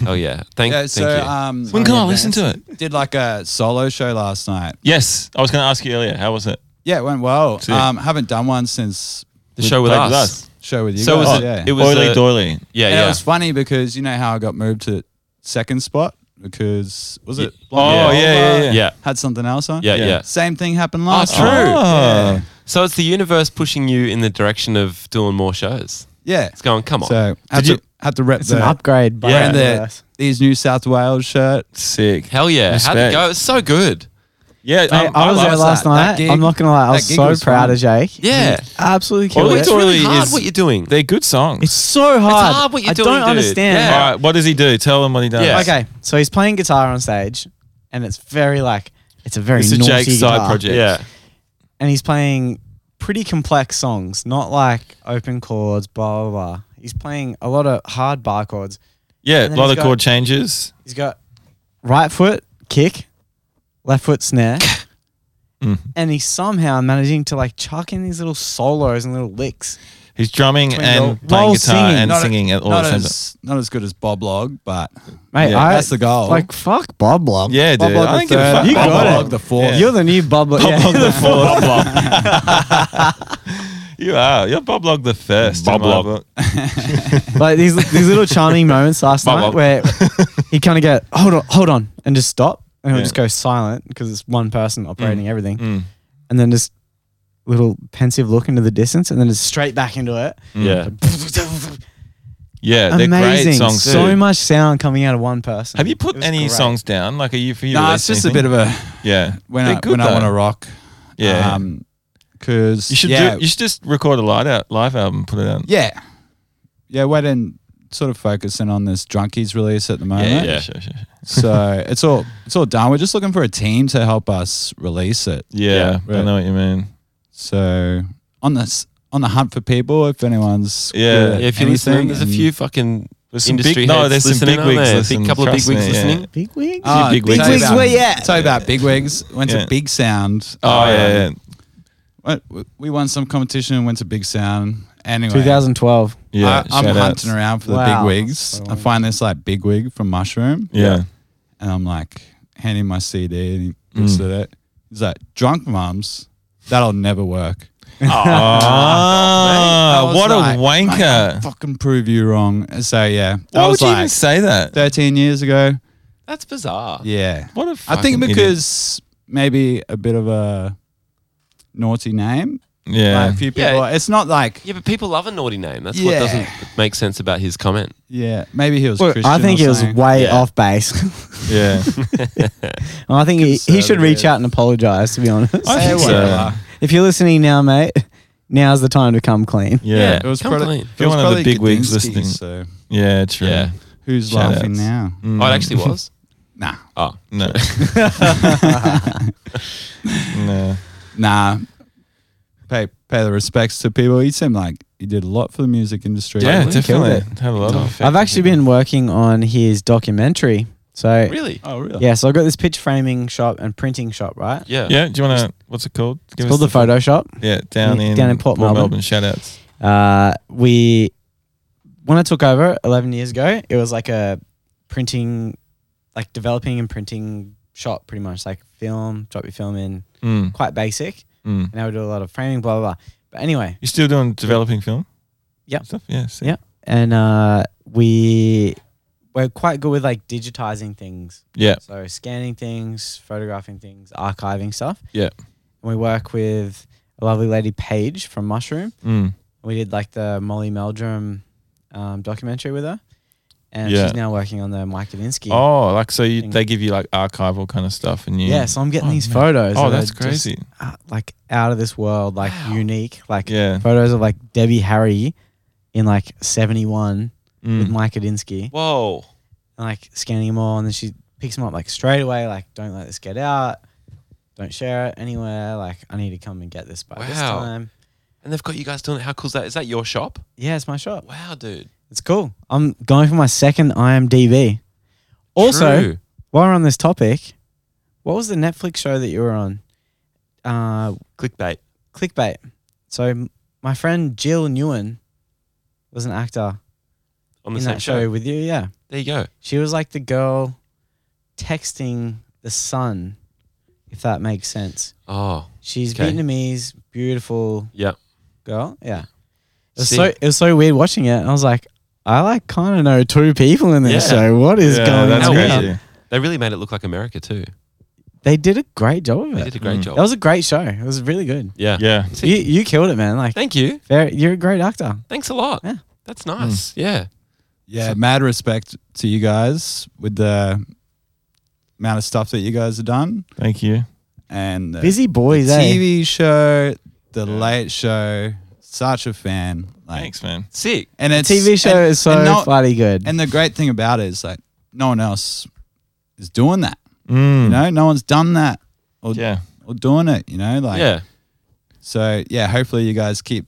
S4: Yeah.
S1: Oh yeah. Thank.
S5: Yeah, so
S1: thank you.
S5: um,
S3: When
S1: Oh,
S3: can I listen to it?
S5: did like a solo show last night.
S3: Yes, I was going to ask you earlier. How was it?
S5: Yeah, it went well.
S3: Sick.
S5: Um, haven't done one since
S1: the show with
S3: Played
S1: us.
S5: show with you
S1: So
S5: guys.
S1: was it?
S5: yeah.
S1: It was uh,
S3: Oily
S1: a-
S3: doily.
S1: Yeah.
S5: And
S1: Yeah.
S5: it was funny because you know how I got moved to second spot because was it?
S3: Oh, yeah, yeah, yeah.
S1: yeah.
S5: Had something else on.
S1: Yeah. Yeah. Ah,
S3: Yeah.
S5: Same thing happened last.
S1: true.
S5: night.
S3: Oh.
S1: So it's the universe pushing you in the direction of doing more shows.
S5: Yeah.
S1: It's going. Come on.
S5: So
S3: Did
S5: had to
S3: you-
S5: had to rep
S4: It's
S5: the
S4: an upgrade. By
S1: Yeah.
S5: and
S4: the
S5: the these New South Wales shirt.
S3: Sick.
S1: hell yeah. How'd it
S3: Respect.
S1: go? It was so good.
S3: Yeah,
S4: I,
S3: um,
S4: I was there
S5: loved
S4: last
S5: that- that
S4: night.
S5: gig.
S4: I'm not gonna lie, I
S5: That
S4: was
S5: gig
S4: so
S5: was
S4: proud
S5: fun.
S4: of Jake.
S1: Yeah.
S4: absolutely
S3: All
S4: killed
S3: we
S4: it.
S1: It's really
S3: Totally
S1: hard
S3: is-
S1: what you're doing.
S3: They're good songs.
S4: It's so hard.
S1: hard what you're
S4: I
S1: doing,
S4: don't
S1: dude.
S4: understand.
S1: Yeah.
S3: All right, what does he do? Tell him what he does.
S1: Yeah.
S4: Okay, so he's playing guitar on stage, and it's very like it's a very
S3: This is
S4: naughty
S3: Jake's
S4: guitar,
S3: side project.
S1: Yeah.
S4: and he's playing pretty complex songs, not like open chords, blah blah blah. He's playing a lot of hard bar chords.
S3: Yeah,
S4: And
S3: a
S4: then
S3: lot
S4: he's
S3: of
S4: got-
S3: chord changes.
S4: He's got right foot kick, left
S3: [LAUGHS]
S4: foot snare,
S3: Mm.
S4: and he's somehow managing to like chuck in these little solos and little licks.
S3: He's drumming
S4: Between
S3: and
S4: the-
S3: playing
S4: while
S3: guitar
S4: singing.
S3: and
S5: Not a-
S3: singing at all
S5: not
S3: the same time.
S5: as not as good as Bob Log, but
S4: Mate,
S3: Yeah,
S4: I,
S5: that's the goal.
S4: Like fuck Bob Log.
S3: Yeah, dude.
S5: Bob Log
S3: I
S5: the
S3: think give
S5: third,
S3: a fuck.
S4: You
S5: Bob
S4: got it.
S5: Log the fourth.
S4: You're the new Bob Log.
S3: Bob Log
S4: [LAUGHS] Yeah.
S1: [LAUGHS]
S3: the fourth.
S4: [LAUGHS]
S3: you are. You're Bob Log the first.
S1: Bob
S3: in my
S1: Log.
S3: book.
S4: like these these
S3: [LAUGHS]
S4: little charming moments last
S3: Bob
S4: night
S3: Log. [LAUGHS]
S4: where he kind of get hold on, hold on, and just stop, and he'll
S3: Yeah.
S4: just go silent because it's one person operating everything,
S3: Mm.
S4: and then just little pensive look into the distance, and then just straight back into it. [LAUGHS]
S1: Yeah.
S3: Yeah, they're
S4: Amazing,
S3: great songs.
S4: so
S3: too.
S4: much sound coming out of one person.
S3: Have you
S4: It
S3: put
S4: was
S3: any
S4: great.
S3: songs down? Like, are you for you?
S5: Nah, it's
S3: released
S5: just a
S3: anything?
S5: bit of a
S3: Yeah,
S5: when
S3: they're
S5: I
S3: good
S5: when I
S3: though.
S5: want to rock.
S3: yeah,
S5: Um 'cause cause
S3: you should
S5: yeah,
S3: do. You should just record a live out live album, put it out.
S5: yeah, yeah. Wait and sort of focusing on this drunkies release at the moment.
S3: yeah,
S1: yeah.
S3: Sure, sure, sure.
S5: [LAUGHS] so it's all it's all done. We're just looking for a team to help us release it.
S3: yeah. I
S5: right.
S3: know what you mean.
S5: So on this on the hunt for people, if anyone's
S3: Yeah.
S5: good at
S1: Yeah, if you're listening,
S5: anything
S1: there's a
S5: and-
S1: few fucking
S3: There's some
S1: industry
S3: big, no,
S1: heads
S3: there's some
S1: listening,
S3: big
S1: aren't
S3: wigs
S1: there?
S3: listening.
S1: Big couple of big
S3: Trust
S1: wigs
S3: me, yeah.
S1: listening.
S4: Big wig.
S5: Ah,
S1: Big Wigs.
S5: tell you
S1: Big Wigs,
S5: about-
S4: where you at?
S5: Tell you about big wigs. Went
S3: Yeah.
S5: to Big Sound.
S3: Oh yeah, yeah,
S5: Went- we won some competition and went to Big Sound.
S3: Oh,
S5: Anyway,
S4: 2012.
S1: Uh,
S3: yeah.
S5: I, am
S3: shout outs.
S5: hunting around for
S4: Wow.
S5: the big wigs.
S4: So
S5: I find this like big wig from Mushroom,
S3: Yeah, Mm.
S5: and I'm like handing my CD, and he looks at it. He's like, "Drunk mums, that'll never work."
S4: [LAUGHS]
S5: I
S3: Ah,
S5: was
S3: what a
S5: like, "Mate, I'll
S3: wanker!
S5: fucking prove you wrong. And So yeah, that
S3: Why
S5: was
S3: would you
S5: like
S3: even say that?
S5: 13 years ago.
S1: That's bizarre.
S5: Yeah,
S3: What a
S5: I
S3: fucking
S5: think
S3: idiot.
S5: because maybe a bit of a naughty name.
S3: yeah,
S5: Like a few
S1: Yeah.
S5: people. It's not like
S1: Yeah, but people love a naughty name. That's what
S5: Yeah.
S1: doesn't make sense about his comment.
S5: yeah. Maybe he was.
S4: Look,
S5: Christian
S4: I think
S5: or
S4: it was
S5: something.
S4: way
S1: Yeah.
S4: off base. [LAUGHS]
S3: yeah.
S4: And I think he, he should reach out and apologize. To be honest,
S3: I think so.
S5: Say whatever.
S4: if you're listening now, mate, now's the time to come clean.
S3: Yeah.
S5: It was
S1: Come
S5: probably-
S1: clean.
S5: It
S3: You're
S5: was
S3: one of the
S5: probably
S3: big wigs
S5: Gudinski,
S3: listening.
S5: So
S3: Yeah, true.
S1: Yeah.
S5: who's
S3: Shout
S5: laughing
S3: outs.
S5: now?
S3: Mm.
S1: Oh, it actually
S3: [LAUGHS]
S1: was.
S5: Nah,
S1: Oh,
S4: [LAUGHS]
S3: No. no.
S5: [LAUGHS] nah. Pay pay the respects to people. He seemed like he did a lot for the music industry.
S3: Yeah,
S1: Totally
S3: definitely.
S4: killed
S3: Had a lot of effect.
S4: I've actually been working on his documentary. So
S1: really?
S5: Oh really?
S4: yeah, so I've got this pitch framing shop and printing shop, right?
S1: Yeah.
S3: Yeah, do you want to? What's it called? Give
S4: It's called the photo shop.
S3: Yeah, down
S4: Yeah,
S3: in
S4: down in Port Melbourne.
S3: Shout outs.
S4: Uh, we when I took over 11 years ago, it was like a printing, like developing and printing shop, pretty much like film, drop your film in,
S3: Mm,
S4: quite basic.
S3: mm.
S4: And I would do a lot of framing, blah blah. blah. But anyway,
S3: You still doing developing film?
S4: Yeah.
S3: Stuff. Yeah. sick.
S4: Yeah. and uh, we we're quite good with like digitizing things,
S3: Yeah.
S4: so scanning things, photographing things, archiving stuff.
S3: Yeah.
S4: And we work with a lovely lady Paige from Mushroom.
S3: Mm.
S4: we did like the Molly Meldrum um, documentary with her, and
S3: Yeah.
S4: she's now working on the Mike Kavinsky.
S3: Oh, like so you,
S4: Thing.
S3: they give you like archival kind of stuff, and you.
S4: yeah. So I'm getting
S3: Oh,
S4: these
S3: man.
S4: photos.
S3: Oh,
S4: that are
S3: that's
S4: just,
S3: crazy.
S4: uh, like out of this world, like unique, like
S3: Yeah.
S4: photos of like Debbie Harry in like '71
S3: Mm.
S4: with Mike Kadinsky,
S1: Whoa.
S4: and like scanning them all, and then she picks them up like straight away, like don't let this get out, don't share it anywhere. Like I need to come and get this by this
S1: Wow.
S4: time.
S1: And they've got you guys doing it. How cool is that? Is that your shop?
S4: Yeah, it's my shop.
S1: Wow, dude.
S4: It's cool. I'm going for my second IMDb. Also.
S1: True.
S4: While we're on this topic, what was the Netflix show that you were on? Uh,
S1: clickbait.
S4: clickbait. So m- my friend Jill Newen was an actor
S1: On the
S4: in
S1: same
S4: that show with you. Yeah,
S1: There you go.
S4: she was like the girl texting the sun, if that makes sense.
S1: Oh,
S4: She's
S1: Okay.
S4: Vietnamese, beautiful
S1: yeah.
S4: girl. Yeah, it was
S1: Sick.
S4: so it was so weird watching it. And I was like, I like kind of know two people in
S1: Yeah.
S4: this show. What is
S3: yeah,
S4: going
S3: that's
S4: on?
S1: crazy.
S3: crazy.
S1: They really made it look like America too.
S4: They did a great job of
S1: They
S4: it.
S1: did a great
S3: Mm.
S1: job.
S4: That was a great show. It was really good.
S1: yeah.
S3: Yeah.
S4: You, you killed it, man. Like
S1: Thank you.
S4: very, you're a great actor.
S1: Thanks a lot.
S4: Yeah.
S1: That's
S3: Mm.
S1: nice. Yeah.
S5: Yeah, mad respect to you guys with the amount of stuff that you guys have done
S3: Thank you.
S5: and the
S4: Busy boys, eh?
S5: TV show, the late show. Such a fan. Like,
S3: Thanks, man.
S1: Sick.
S5: And it's
S4: TV show
S5: and-
S4: is so
S5: and no-
S4: bloody good.
S5: And the great thing about it is like no one else is doing that.
S3: Mm.
S5: You know, no one's done that or
S3: Yeah.
S5: or doing it. You know, like
S1: yeah.
S5: so. Yeah, hopefully you guys keep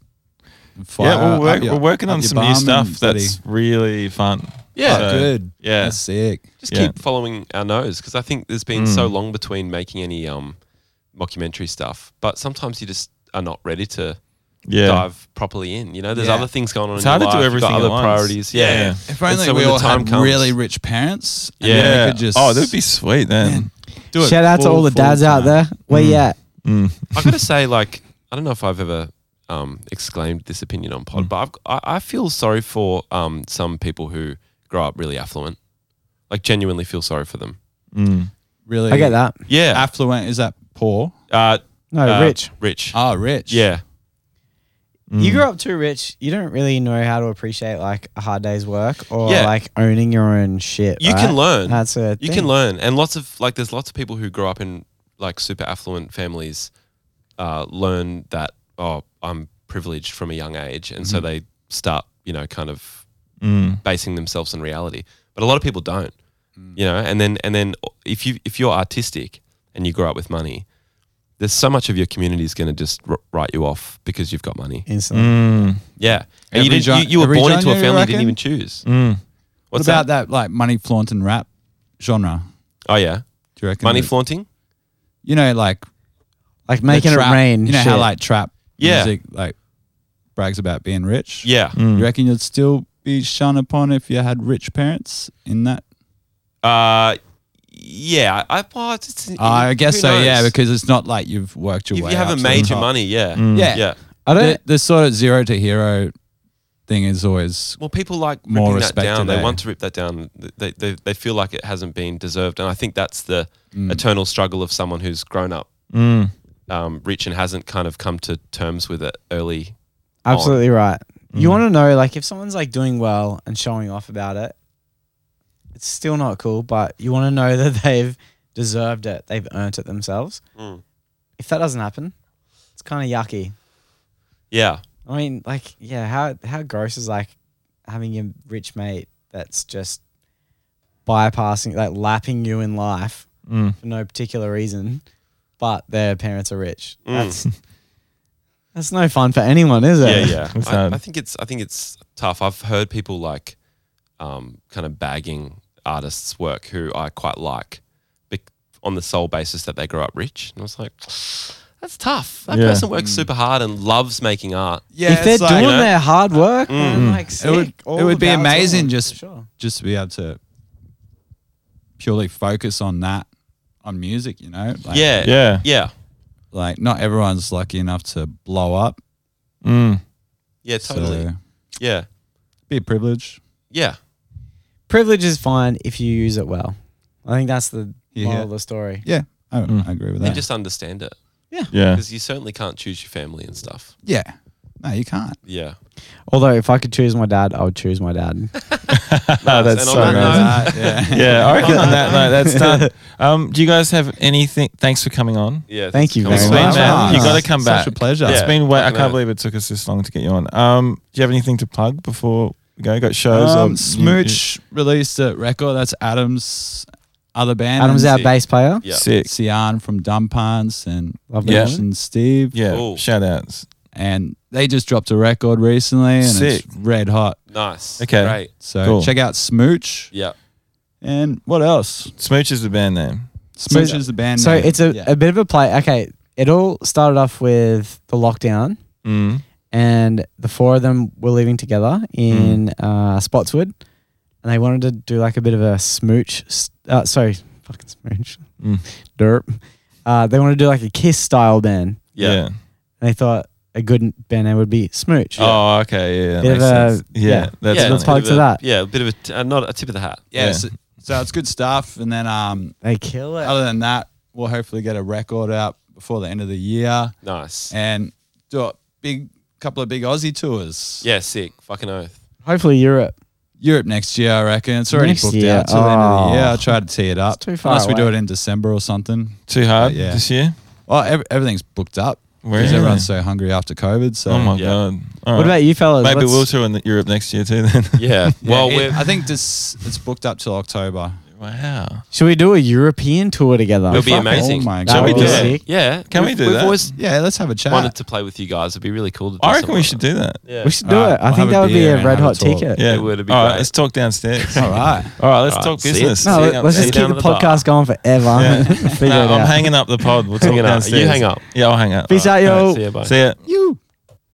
S5: fire.
S3: yeah, we'll work,
S5: up your-
S3: we're working
S5: up
S3: on
S5: your
S3: some new
S5: bum
S3: stuff
S5: and bloody-
S3: that's really fun.
S1: Yeah.
S5: Oh, good.
S3: yeah.
S5: That's sick.
S1: Just
S3: Yeah. Mm.
S1: keep following our nose because I think there's been so long between making any um, mockumentary stuff, but sometimes you just are not ready to
S3: Yeah.
S1: dive properly in. You know, there's
S5: Yeah.
S1: other things going on.
S3: It's
S1: in your
S3: hard to do
S1: life, you've
S3: everything
S1: got
S3: at
S1: Other
S3: once.
S1: priorities. Yeah.
S3: Yeah.
S5: If
S1: And
S5: only
S1: so
S5: we
S1: when the
S5: all
S1: time
S5: had
S1: comes-
S5: really rich parents. and then
S3: Yeah.
S5: we could just
S3: oh, that'd be sweet then.
S5: do it
S4: Shout out to
S5: full-
S4: all the
S5: full
S4: dads out
S5: time.
S4: there. Where you at?
S3: Mm.
S1: I've got to say, like, I don't know if I've ever um, exclaimed this opinion on
S3: Mm.
S1: pod, but I've, I, I feel sorry for um, some people who grow up really affluent. Like, genuinely feel sorry for them.
S3: Mm.
S5: Really,
S4: I get that.
S1: Yeah.
S5: Affluent is that poor?
S1: Uh,
S4: No,
S1: uh,
S4: Rich.
S1: Rich.
S5: Oh, rich.
S1: yeah. Mm.
S4: You grew up too rich. You don't really know how to appreciate like a hard day's work or
S1: Yeah.
S4: like owning your own shit.
S1: You
S4: right?
S1: can learn.
S4: That's a
S1: you
S4: thing.
S1: can learn. And lots of, like, there's lots of people who grow up in, like, super affluent families uh, learn that, oh, I'm privileged from a young age. And
S5: Mm-hmm.
S1: so they start, you know, kind of
S3: Mm.
S1: basing themselves on reality. But a lot of people don't,
S5: Mm.
S1: you know. And then and then if you if you're artistic and you grow up with money, there's so much of your community is going to just r- write you off because you've got money.
S4: instantly.
S3: Mm.
S1: Yeah, and
S5: Every
S1: you, didn't,
S5: gen-
S1: you, you were
S5: every
S1: born into a
S5: genre, you
S1: family you didn't
S5: reckon?
S1: even choose.
S3: Mm.
S5: What
S1: What's
S5: about that? like money flaunt and rap genre?
S1: Oh yeah,
S5: Do you reckon?
S1: money
S5: that-
S1: flaunting.
S5: you know, like
S4: Like
S5: the
S4: making
S5: trap-
S4: it rain.
S5: You know how
S4: shit.
S5: like trap
S1: Yeah.
S5: music like brags about being rich.
S1: Yeah,
S5: You
S3: Mm.
S5: reckon you'd still be shone upon if you had rich parents in that?
S1: uh, yeah. I, well, it's, it's-
S5: Uh, I guess
S1: who
S5: so. Yeah,
S1: knows?
S5: because it's not like you've worked your
S1: if
S5: way.
S1: you
S5: up
S1: haven't
S5: to the
S1: made your
S5: top.
S1: money, yeah,
S5: Yeah,
S1: yeah.
S4: I don't.
S5: The, the sort of zero to hero thing is always
S1: Well, people like ripping
S5: More
S1: that
S5: respect
S1: down. They
S5: today.
S1: want to rip that down. They, they, they feel like it hasn't been deserved. And I think that's the
S5: Mm.
S1: eternal struggle of someone who's grown up
S3: Mm.
S1: um, rich and hasn't kind of come to terms with it early.
S4: Absolutely right. You
S1: Mm.
S4: want to know, like, if someone's like doing well and showing off about it, it's still not cool, but you want to know that [LAUGHS] they've deserved it. They've earned it themselves.
S1: Mm.
S4: If that doesn't happen, it's kind of yucky.
S1: Yeah.
S4: I mean, like, yeah, how how gross is like having a rich mate that's just bypassing, like, lapping you in life
S3: Mm.
S4: for no particular reason, but their parents are rich.
S1: Mm.
S4: That's that's no fun for anyone, is it?
S1: Yeah, yeah.
S3: It's
S1: I,
S3: hard.
S1: I think it's I think it's tough. I've heard people like um, kind of bagging artists' work who I quite like bec- on the sole basis that they grow up rich. And I was like, that's tough. That
S3: Yeah.
S1: person works super hard and loves making art.
S5: yeah.
S4: if they're
S5: it's like-
S4: doing
S1: know,
S4: their hard work, then, like sick.
S5: Mm. it would
S4: all
S5: it would be
S4: about them,
S5: amazing
S4: for
S5: just
S4: sure.
S5: just to be able to purely focus on that on music. You know, like,
S1: yeah.
S3: Yeah.
S1: Yeah.
S5: Like not everyone's lucky enough to blow up.
S3: Mm.
S1: Yeah, totally.
S5: So
S1: Yeah.
S5: be a privilege.
S1: Yeah.
S4: privilege is fine if you use it well. I think that's the
S5: Yeah.
S4: moral of the story.
S5: Yeah, I,
S3: Mm.
S5: I agree with
S1: And
S5: that.
S1: just understand it
S3: Yeah.
S1: because you certainly can't choose your family and stuff.
S5: yeah, no, you can't.
S1: Yeah.
S4: Although if I could choose my dad, I would choose my dad.
S3: Ah,
S1: And
S3: that's so
S1: on that
S3: nice.
S1: note-
S5: Uh, [LAUGHS] yeah.
S3: Yeah, I reckon on that note,
S5: [LAUGHS]
S3: that's done. Um, do you guys have anything? Thanks for coming on.
S1: Yeah.
S4: Thank you
S1: Come on.
S4: very
S3: Sweet,
S4: much.
S3: man. You
S5: Nice.
S3: got to come
S5: Such
S3: back.
S5: a pleasure.
S1: Yeah.
S3: It's been way. I
S1: Fucking
S3: can't
S1: hell.
S3: believe it took us this long to get you on. Um, do you have anything to plug before we go? Got shows? or
S5: Um,
S3: you-
S5: Smooch released a record. That's Adam's other band.
S4: Adam's
S5: and
S4: our
S1: see.
S4: bass player.
S1: Yeah.
S3: Sick.
S5: Sian from Dumb Pants and
S4: Love
S3: Yeah.
S5: Mitch and Steve.
S3: Yeah.
S1: Cool.
S3: Shout outs.
S5: And they just dropped a record recently and
S3: Sick.
S5: it's red hot.
S1: Nice.
S3: Okay.
S1: Great.
S5: So
S3: Cool.
S5: check out Smooch.
S1: Yeah.
S5: And what else?
S3: Smooch is the band name.
S5: Smooch
S4: So-
S5: is the band.
S4: So
S5: name.
S4: it's a,
S5: Yeah.
S4: a bit of a play. Okay, it all started off with the lockdown,
S3: Mm.
S4: and the four of them were living together in uh, Spotswood, and they wanted to do like a bit of a smooch. s- Uh, sorry, fucking smooch,
S3: Mm.
S4: derp. Uh, they wanted to do like a kiss style band,
S1: Yeah.
S4: and they thought a good band name would be smooch.
S3: Oh, okay. Yeah. that
S4: Bit of
S3: makes
S4: a-
S3: sense. yeah.
S4: yeah.
S3: That's
S1: yeah,
S3: funny.
S4: Let's plug
S1: bit
S4: to
S1: of a-
S4: that.
S1: Yeah, a bit of a t- uh, not a tip of the hat.
S5: yeah.
S3: yeah.
S5: So, so it's good stuff. And then um,
S4: They kill it.
S5: other than that, we'll hopefully get a record out before the end of the year
S1: Nice.
S5: and do a big couple of big Aussie tours.
S1: Yeah, sick. Fucking oath.
S4: Hopefully Europe.
S5: Europe next year, I reckon. It's already
S4: Next
S5: booked
S4: year.
S5: out till the end of the year.
S4: Oh.
S5: I tried to tee it up.
S4: too far
S5: Unless we do
S4: away.
S5: it in December or something.
S3: Too hard
S5: Yeah.
S3: this year.
S5: Well, ev- everything's booked up
S3: Where
S5: because
S3: is
S5: everyone's so hungry after COVID. So
S3: Oh my
S1: Yeah.
S3: god. All
S4: What
S3: right.
S4: about you fellas?
S3: Maybe
S4: What's-
S3: we'll tour in Europe next year too. Then.
S1: [LAUGHS] Yeah.
S5: Yeah,
S1: well,
S5: it-
S1: we're,
S5: I think this it's booked up till October.
S3: [LAUGHS] Wow.
S4: Should we do a European tour together?
S1: It'll be
S5: fuck,
S1: amazing.
S5: oh my
S1: Shall we
S4: God.
S1: do
S4: That would be
S1: it?
S4: sick.
S1: Yeah.
S3: Can we
S1: We've-
S3: do
S1: We've
S3: that?
S1: always
S5: Yeah, let's have a chat.
S1: wanted to play with you guys. It'd be really cool to do
S3: I reckon
S1: something
S3: we
S1: like
S3: should
S1: that.
S3: do that.
S1: Yeah.
S4: We should do
S5: Alright,
S4: it. I
S5: we'll have
S4: think
S5: a
S4: that would be
S5: beer
S4: a
S5: and
S4: red
S5: have a
S4: hot
S5: talk.
S4: ticket.
S3: Yeah.
S1: It would be
S3: All right,
S1: great.
S3: let's
S1: [LAUGHS]
S3: talk downstairs.
S5: All right.
S3: All right, let's
S1: All right,
S3: talk
S1: see you-
S3: business.
S1: see
S4: No,
S1: you
S4: let-
S1: down-
S4: let's
S1: see
S4: just
S1: you
S4: keep
S1: down
S4: the
S1: at bar.
S4: podcast going forever.
S3: Yeah.
S4: [LAUGHS] Figure
S3: No,
S4: it
S3: I'm
S4: out.
S3: hanging up the pod. We'll talk
S1: Hanging up.
S3: downstairs.
S1: You hang up.
S3: Yeah, I'll hang up.
S4: Peace
S3: All
S4: out,
S3: right.
S4: yo.
S1: See you. Bye.
S3: See ya.
S4: You.